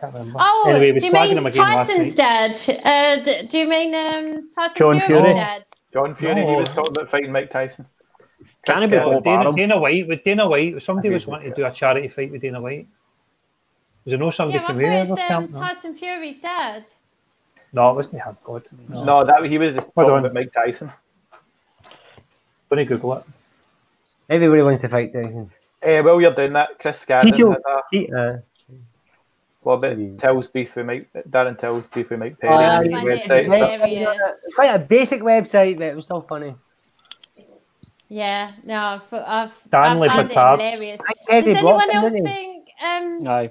Can't remember. Oh, anyway, we do you slagging him mean again Tyson's last night. dad? Uh, d- do you mean um, Tyson John Fury's Fury? dad? John Fury, he No. was talking about fighting Mike Tyson. Can he be Chris Oh, Paul Skelly. Dana, Barham? Dana White. With Dana White, somebody I was think wanting to do a charity fight with Dana White. Was there no somebody Yeah, I from thought here? it was um, Tyson Fury's dad. No, it wasn't him. God. No. No, that he was just Hold talking on. about Mike Tyson. Let me Google it. Everybody wants to fight Tyson. Eh, well, you're doing that. Chris Scanlon Tito. had a He, uh, what about Mm. Till's beef with Mike Darren Till's beef with Mike Perry Oh, on I the find it website. hilarious. There he is. it's quite a basic website, but it was still funny. Yeah, no, I've, I've, Stanley I've found it Petard. hilarious. I Does headed anyone Watson, else didn't he? think? Um, Aye.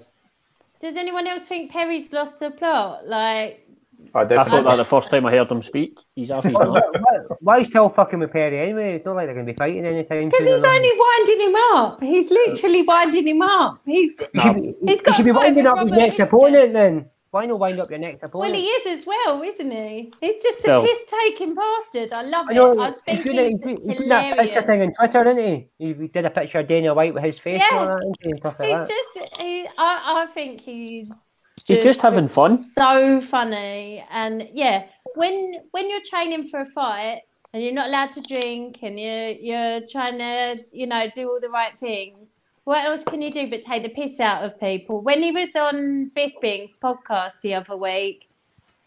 does anyone else think Perry's lost the plot? Like, I I thought oh, definitely. that the first time I heard him speak. He's happy. he's Why, not. why- why is Till fucking with Perry anyway? It's not like they're going to be fighting anytime soon. Because he's or nothing. only winding him up. He's literally winding him up. He's He No. should be- He's he got should be a fight winding with up his Robert next Isaac. opponent then. Why not wind up your next opponent? well, he is as well, isn't he? He's just a Well- piss taking bastard. I love I know. it. I he's think good at- he's he's good- he's good at that picture hilarious. thing on Twitter, isn't he? He he did a picture of Daniel White with his face and all Yeah. that didn't he, and stuff like He's that. just, he, I, I think he's. He's just having fun. So funny, and yeah, when when you're training for a fight and you're not allowed to drink and you you're trying to you know do all the right things, what else can you do but take the piss out of people? When he was on Bisping's podcast the other week,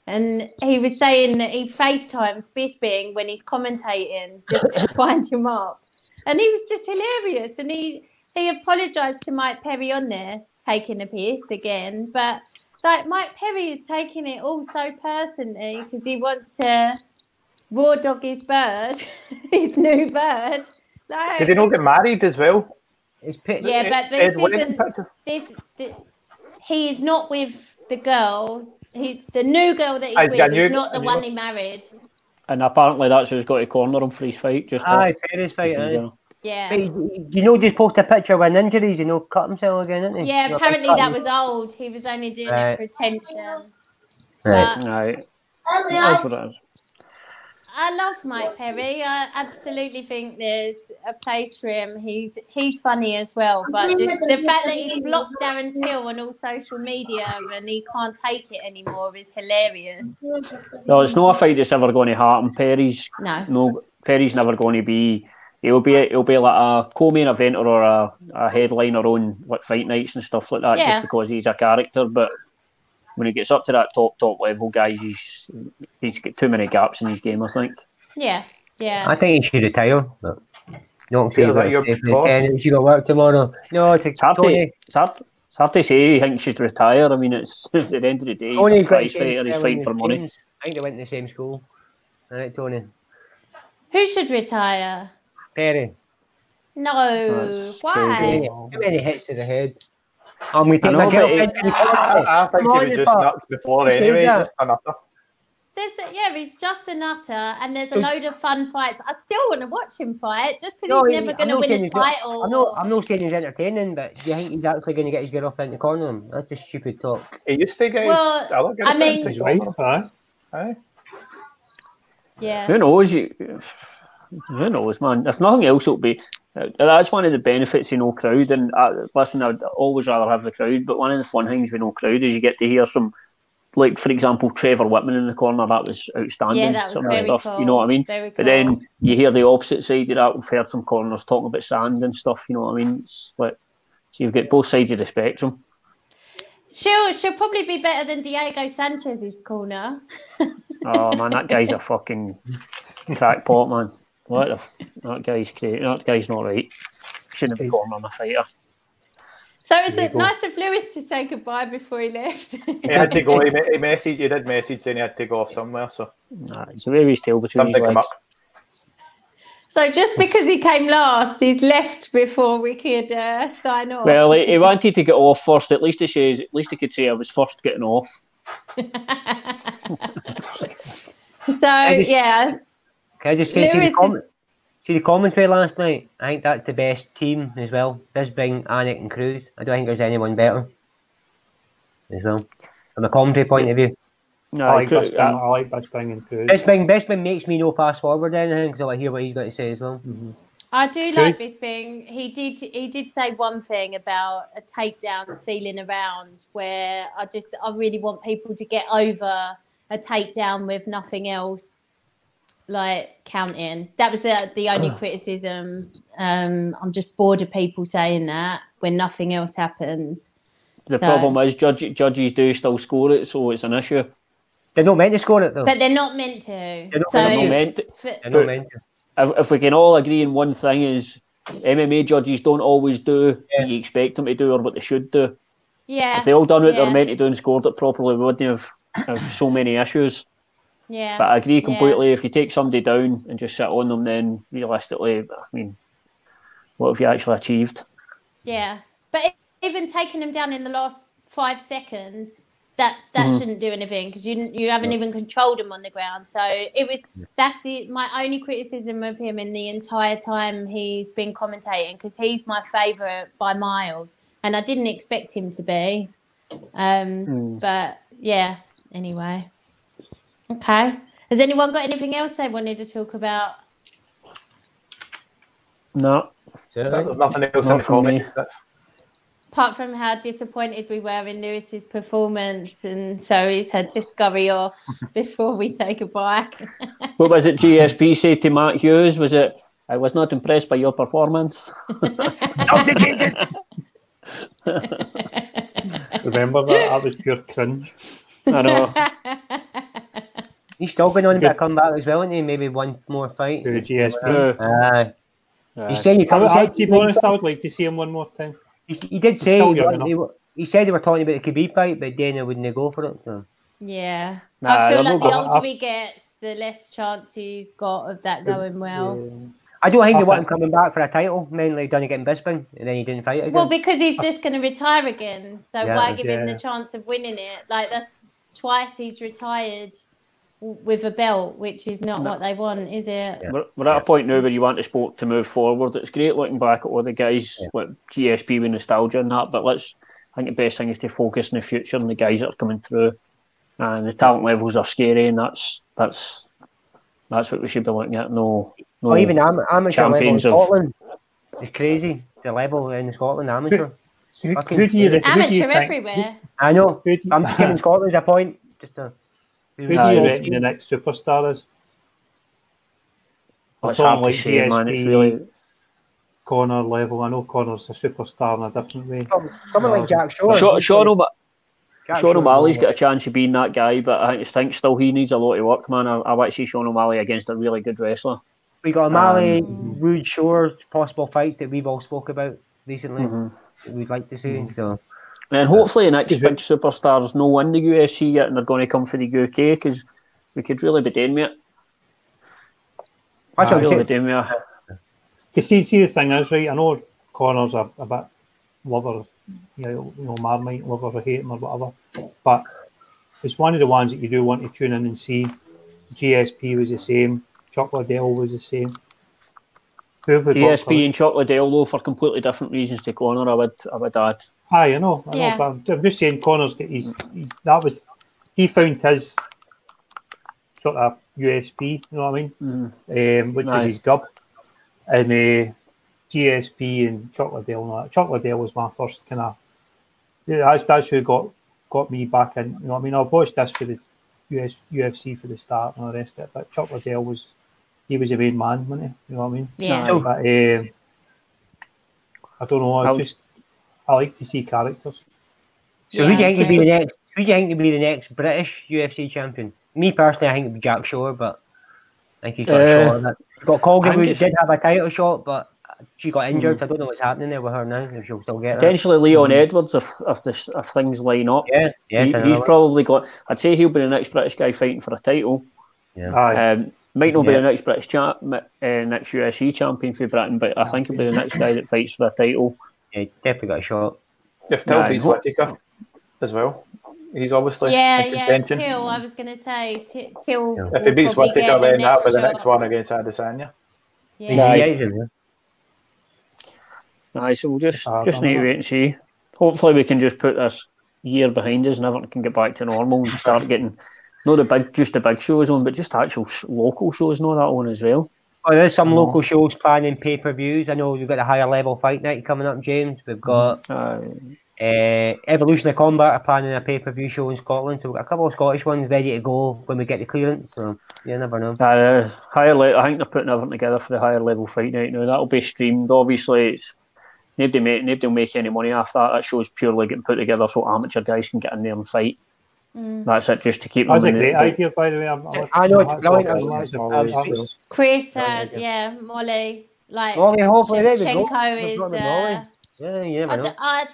and he was saying that he FaceTimes Bisping when he's commentating just to wind him up, and he was just hilarious, and he he apologised to Mike Perry on there taking the piss again, but like Mike Perry is taking it all so personally because he wants to raw dog his bird, his new bird. Like, Did he not get married as well? It's pit- Yeah, but this Ed Wynn isn't- picture? this, th he is not with the girl. He, the new girl that he's Ah, he's with got a is new- not the a new one one. he married. And apparently that's who's got to corner him for his fight. Just Aye, Perry's to- fighting. aye. Yeah. But you- You know, just post a picture when injuries, you know, cut himself again, didn't he? You Yeah, know, apparently cut that him. was old. He was only doing it Right. for attention. Right. But Aye. That's what it is. I love Mike Perry. I absolutely think there's a place for him. He's he's funny as well, but just the fact that he's blocked Darren Till on all social media and he can't take it anymore is hilarious. No, it's not a fight that's ever going to happen. Perry's No, no Perry's never going to be. It'll be it'll be like a co-main event or a, a headliner on like fight nights and stuff like that, Yeah. just because he's a character. But when he gets up to that top top level, guys, he's he's got too many gaps in his game. I think. yeah, yeah. I think he should retire. But don't Peter's say like your boss. And you got work tomorrow. No, it's a It's hard, to, Tony. it's, hard, it's hard to say he thinks he should retire. I mean, it's at the end of the day, he's Tony's a got the prize same fighter. He's spelling fighting as for money. James. I think they went to the same school. All right, Tony. Who should retire? Perry. No, That's why? crazy. Too many hits to the head. I'm going to I take know, my but girlfriend it- to the court. I, I think Come he on, was you just fuck. nuts before You said anyway. that. Just a nutter. There's yeah, he's just a nutter, and there's a So- load of fun fights. I still want to watch him fight, just because No, he's he- never I'm going to not win saying a he's not- title. I'm not, I'm not saying he's entertaining, but do you think he's actually going to get his girlfriend to corner him? That's just stupid talk. He used to get Well, his other I girlfriend mean- to He's go right, on. aye. Aye. yeah. Who knows? You, who knows, man? If nothing else, it'll be. uh, That's one of the benefits of no crowd. And uh, listen, I'd always rather have the crowd. But one of the fun things with no crowd is you get to hear some, like for example, Trevor Whitman in the corner. That was outstanding. Yeah, that was some of the very stuff. cool. You know what I mean? Very But cool. then you hear the opposite side of that. We've heard some corners talking about sand and stuff. You know what I mean? It's like so you've got both sides of the spectrum. She'll she'll probably be better than Diego Sanchez's corner. Oh man, that guy's a fucking crackpot, man. What the f- that guy's crazy. That guy's not right. Shouldn't have gone on a fighter. So is it Diego. nice of Lewis to say goodbye before he left? He had to go. He, me- he messaged. He did message saying he had to go off somewhere. So Nah, it's a very tail between his something came legs. up. so just because he came last, he's left before we could uh, sign off. Well, he, he wanted to get off first. At least he says. At least he could say I was first getting off. so just- yeah, Can I just say, Lewis see the, is- com- see the commentary last night? I think that's the best team as well. Bisbing, Anik, and Cruz. I don't think there's anyone better as well. From a commentary point of view. No, I Oh, like could, uh, Bisping. I like Bisping and Cruz. Bisping, Bisping makes me no fast forward anything because I want to hear what he's got to say as well. I do like Bisping. He did he did say one thing about a takedown ceiling around where I just I really want people to get over a takedown with nothing else like counting. That was the, the only criticism. Um, I'm just bored of people saying that when nothing else happens. the So- problem is judge, judges do still score it, so it's an issue. They're not meant to score it though. But they're not meant to. They're not- so They're not meant. but- They're not meant to. If, if we can all agree on one thing is, MMA judges don't always do what you expect them to do or what they should do. yeah, If they all done what yeah. they're meant to do and scored it properly, we wouldn't have, have so many issues. yeah. But I agree completely. If you take somebody down and just sit on them, then realistically, I mean, what have you actually achieved? Yeah, but e- even taking him down in the last five seconds that that Mhm. shouldn't do anything because you didn't- you haven't even controlled him on the ground. So it was that's the, my only criticism of him in the entire time he's been commentating because he's my favourite by miles, and I didn't expect him to be. Um, But yeah, anyway, okay. Has anyone got anything else they wanted to talk about? No. There's nothing else in Not the for me. comments. That's, apart from how disappointed we were in Lewis's performance, and so he's had to scurry off before we say goodbye. What was it GSP said to Matt Hughes? Was it, I was not impressed by your performance? Remember that? That was pure cringe. I know. He's still been on Good. to come back as well, isn't he? Maybe one more fight. The GSP. Uh, Aye. uh, He said you I, come. would- I, to be honest, I would like to see him one more time. he, he did He's say still he, young wa- enough. he, wa- he said they were talking about the Khabib fight, but then they wouldn't go for it. So. yeah, Nah, I feel they're like not the gonna- older we get, the less chance he's got of that going well. I don't think I they want him think- coming back for a title, mainly done against Bisping, and then he didn't fight again. Well, because he's just going to retire again, so Yeah, why give him yeah. the chance of winning it? Like that's twice he's retired w- with a belt, which is not what they want, is it? Yeah. We're, we're at a point now where you want the sport to move forward. It's great looking back at all the guys like GSP with nostalgia and that, but let's. I think the best thing is to focus in the future on the guys that are coming through, and the talent levels are scary, and that's that's that's what we should be looking at. No, no. Or even am- amateur level in Champions of- Scotland. It's crazy. The level in Scotland, amateur. Who, Fucking who do you, who do you Amateur think? everywhere. I know. Who do, I'm just giving Scotland a point. Just a, who do you reckon the next superstar is? well, it's I don't hard to like say, man. It's GSP. really Connor level. I know Connor's a superstar in a different way. Some- someone like Jack Shore. Sean, Sean, O'Ba- Jack Sean Shore- O'Malley's got a chance of being that guy, but I think- I think still he needs a lot of work, man. I, I want to see Sean O'Malley against a really good wrestler. We got O'Malley, Um, Rude Shore, possible fights that we've all spoke about recently. Mm-hmm. that We'd like to see. So And hopefully the next Is it- big superstars no in the UFC yet, and they're going to come for the UK because we could really be doing with it. that's Aye. what I'm Really be saying. doing with it. You see, see the thing is right. I know Connor's a, a bit lover, you know, you know, marmite lover or hate him or whatever, but it's one of the ones that you do want to tune in and see. GSP was the same. Chuck Liddell was the same. Who have we got GSP for- and Chocolate though, for completely different reasons to Connor. I would, I would add. Aye, I know. I Yeah. know. But I'm, I'm just saying, Connor's got his, his. That was he found his sort of USP. You know what I mean? Mm. um, which was Aye. his gub, and uh, GSP and Chocolate Dale. And all that. Chocolate Dale was my first kind of. Yeah, that's, that's who got got me back in. You know, what I mean, I've watched this for the US, UFC for the start and all the rest of it, but Chocolate Dale was he was the main man, wasn't he? You know what I mean? Yeah. Oh. No. But um, I don't know. I How- just I like to see characters. So who do you yeah, think would be true. the next? Who do you think would be the next British UFC champion? Me personally, I think it'd be Jack Shore, but I think he's got Uh, a shot. of it. We've Got Colgan, I think who it's- did have a title shot, but she got Mm. injured. so I don't know what's happening there with her now. If she'll still get it. Potentially Leon Edwards if if, this, if things line up. Yeah, yeah. He- he's probably got. I'd say he'll be the next British guy fighting for a title. Aye, Um, might not be Yeah. the next British champ, uh, next UFC champion for Britain, but I think he'll be the next guy that fights for a title. yeah, definitely got a shot. you've told Aye, Bees what- Whittaker as well. He's obviously Yeah, in yeah, contention. Till. I was going to say Ti- Till. If will If he beats probably get Whittaker, the then that'll be the shot. next one against Adesanya. Yeah. Nah, Aye. Yeah, he's in there. Aye, so we'll just Ah, just done need to that. wait and see. Hopefully, we can just put this year behind us and everything can get back to normal and start getting not the big just the big shows on, but just actual s- local shows and all that on as well. Oh, there's some local shows planning pay per views. I know we've got the higher level fight night coming up, James. We've Mm-hmm. got Uh, uh, Evolution of Combat are planning a pay per view show in Scotland. So we've got a couple of Scottish ones ready to go when we get the clearance. So you never know. uh, higher le- I think they're putting everything together for the higher level fight night now. That'll be streamed. Obviously, it's nobody make nobody will make any money off that. That show's purely getting put together so amateur guys can get in there and fight. Mm. That's it, just to keep that's a them in great the, idea, by the way. I'm, I'm, I know, it's that's brilliant. awesome. I was- That's I always- was- that was- Chris, Yeah, uh, yeah, yeah, Molly, like Molly, hopefully, there we go. Shevchenko We've is. got the Uh, Molly. Yeah, you never I, know. d- I,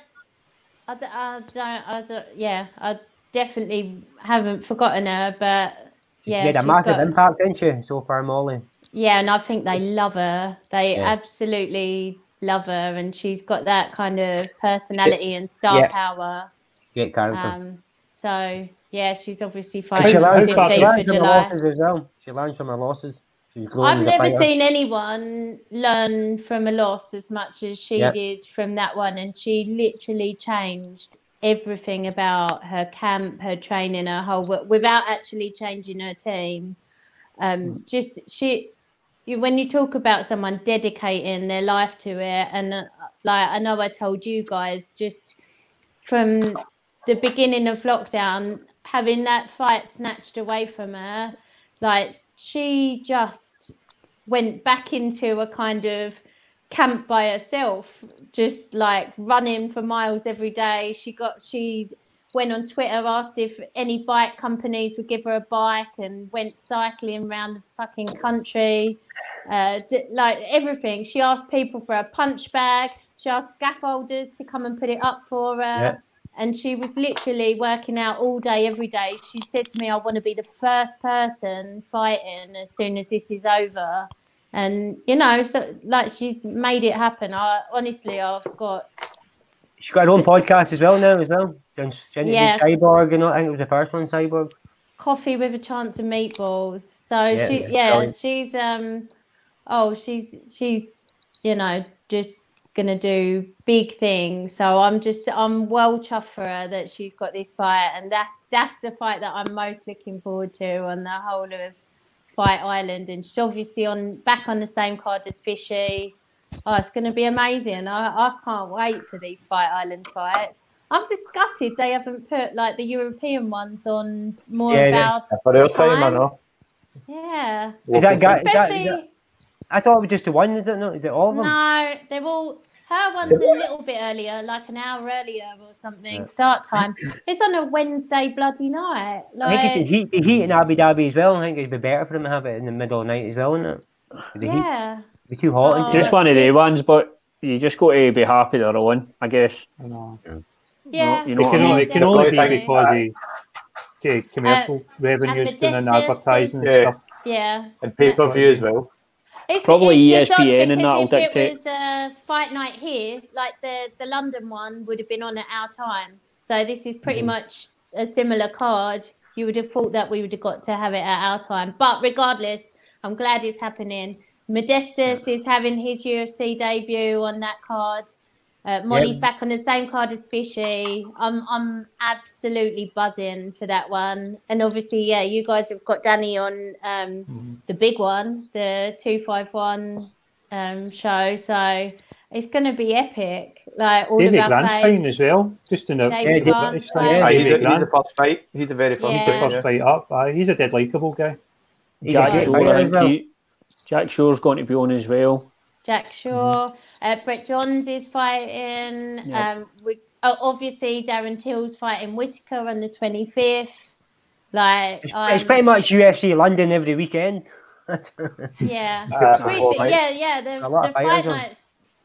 I, d- I don't, I don't, yeah, I definitely haven't forgotten her, but yeah, she had a she's massive got- impact, didn't she, so far, Molly? Yeah, and I think they love her. They Yeah. absolutely love her, and she's got that kind of personality and star Yeah. power. Great character. Um, So yeah, she's obviously And she fighting how on learned, far- she 15th of learned from her July. losses as well. She learned from her losses. She's grown I've as a never fighter. seen anyone learn from a loss as much as she Yep. did from that one, and she literally changed everything about her camp, her training, her whole work without actually changing her team. Um, just she, you, when you talk about someone dedicating their life to it, and uh, like I know I told you guys, just from the beginning of lockdown, having that fight snatched away from her, like she just went back into a kind of camp by herself, just like running for miles every day. She got she went on Twitter, asked if any bike companies would give her a bike, and went cycling around the fucking country. Uh, d- like everything, she asked people for a punch bag. She asked scaffolders to come and put it up for her. Yeah. And she was literally working out all day, every day. She said to me, I want to be the first person fighting as soon as this is over and you know so like she's made it happen i honestly i've got She's got her own podcast as well now, as well. Since Yeah. yeah. Cyborg, you know, I think it was the first one, Cyborg. coffee with a chance of meatballs so Yeah, she yeah, yeah brilliant. she's um oh she's she's you know just gonna do big things so i'm just i'm well chuffed for her that she's got this fight and that's that's the fight that i'm most looking forward to on the whole of fight island and she's obviously on back on the same card as fishy oh it's gonna be amazing i, I can't wait for these fight island fights i'm just gutted they haven't put like the european ones on more Yeah, yeah. about For our time, I Time. know. yeah Is that guy? Is that, especially is that, I thought it was just the one, is it not? Is it all of them? No, they're all her one's a little bit earlier, like an hour earlier or something. Start time. It's on a Wednesday bloody night. I think it's Like the heat, the heat in Abu Dhabi as well. I think it'd be better for them to have it in the middle of the night as well, wouldn't it? The heat yeah. would be too hot. Oh. and Just one of the ones, but you just got to be happy they're on, I guess. I know. Yeah. You It know can what I only, mean? it can only be Definitely. because of the commercial revenues the doing and distance advertising and Yeah. stuff. Yeah. And pay per view as well. It's, Probably E it's just odd ESPN and because that'll if it dictate. was a fight night here, like the the London one would have been on at our time. So this is Mm-hmm. pretty much a similar card. You would have thought that we would have got to have it at our time, but regardless, I'm glad it's happening. Modestus is having his UFC debut on that card. Uh, Molly's back on the same card as Fishy. I'm I'm absolutely buzzing for that one. And obviously, yeah, you guys have got Danny on um, the big one, the two five one um, show. So it's going to be epic. Like all David about Grant's Faith. fine as well, just in a David in a Grant, British yeah. thing. Aye, he's, David a, he's the Grant, first fight. He's the very first Yeah. he's the fight. first yeah. fight up. Aye, he's a dead likeable guy. he's a Jack, great Shore, fighter I as think well. he- Jack Shore's going to be on as well. Jack Shaw, uh, Brett Johns is fighting. Yeah. Um, we, oh, obviously Darren Till's fighting Whitaker on the twenty fifth. Like It's, um, it's pretty much UFC London every weekend. yeah. Uh, Squeeze four it, fights. yeah, yeah. The, A lot the of fight fighters on. nights,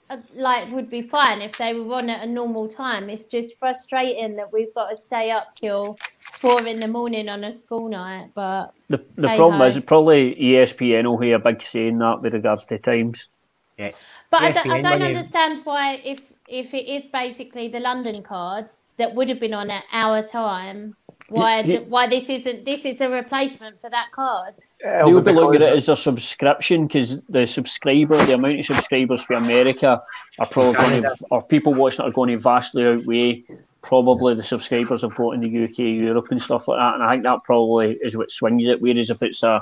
uh, like, would be fine if they were on at a normal time. It's just frustrating that we've got to stay up till four in the morning on a school night. But The, the Hey problem ho. is probably E ESPN will hear a big saying that with regards to times. but I Yes, don't, the I end don't money. understand why if if it is basically the London card that would have been on at our time, why y- why this isn't this is a replacement for that card? It'll They'll be looking at because- it as a subscription because the subscriber, the amount of subscribers for America are probably going to, or people watching it are going to vastly outweigh probably the subscribers they've got in the UK, Europe, and stuff like that. And I think that probably is what swings it. Whereas if it's a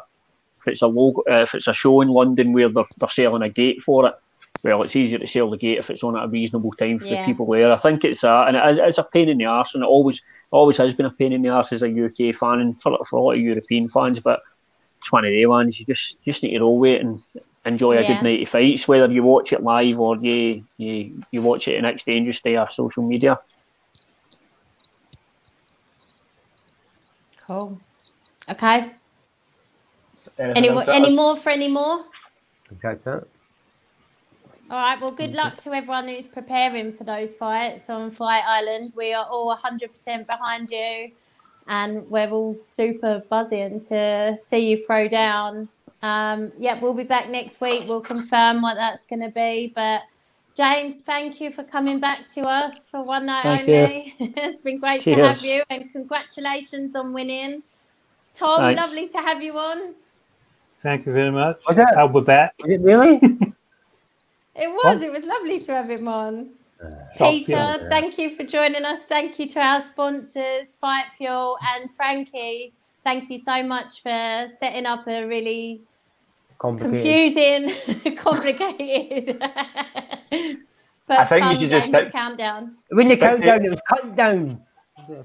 if it's a logo, uh, if it's a show in London where they're, they're selling a gate for it, well, it's easier to sell the gate if it's on at a reasonable time for Yeah. the people there. I think it's that, and it is, it's a pain in the arse, and it always always has been a pain in the arse as a UK fan and for, for a lot of European fans. But it's one of the ones you just just need to roll with it and enjoy a Yeah. good night of fights, whether you watch it live or you you, you watch it the next day and just stay off social media. Cool. Okay. anything Any, else that any is- more for any more? That's it. All right. Well, good luck to everyone who's preparing for those fights on Fight Island. We are all 100% behind you, and we're all super buzzing to see you throw down. Um, yeah, we'll be back next week. We'll confirm what that's going to be, but James, thank you for coming back to us for one night Thank only. it's been great to have Cheers. you, and congratulations on winning. Tom, Thanks. lovely to have you on. Thank you very much. Was it? I'll be back. Was it really? It was. Well- It was lovely to have him on. Top Peter, fuel. thank you for joining us. Thank you to our sponsors, Fight Fuel and Frankie. Thank you so much for setting up a really Complicated. confusing, complicated. but I think you should just fun take- countdown. It wasn't a Stick it. countdown, it was cut down.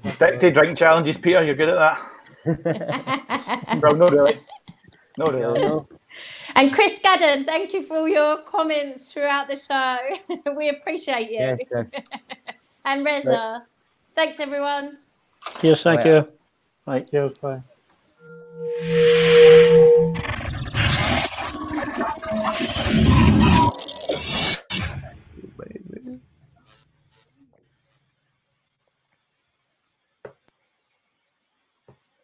Stick to drink challenges, Peter. You're good at that. Well, not really. Not really. and Chris Gadden, thank you for all your comments throughout the show. we appreciate you. Yes, yes. And Reza, thanks everyone. Cheers, thank Right. you. Cheers, bye.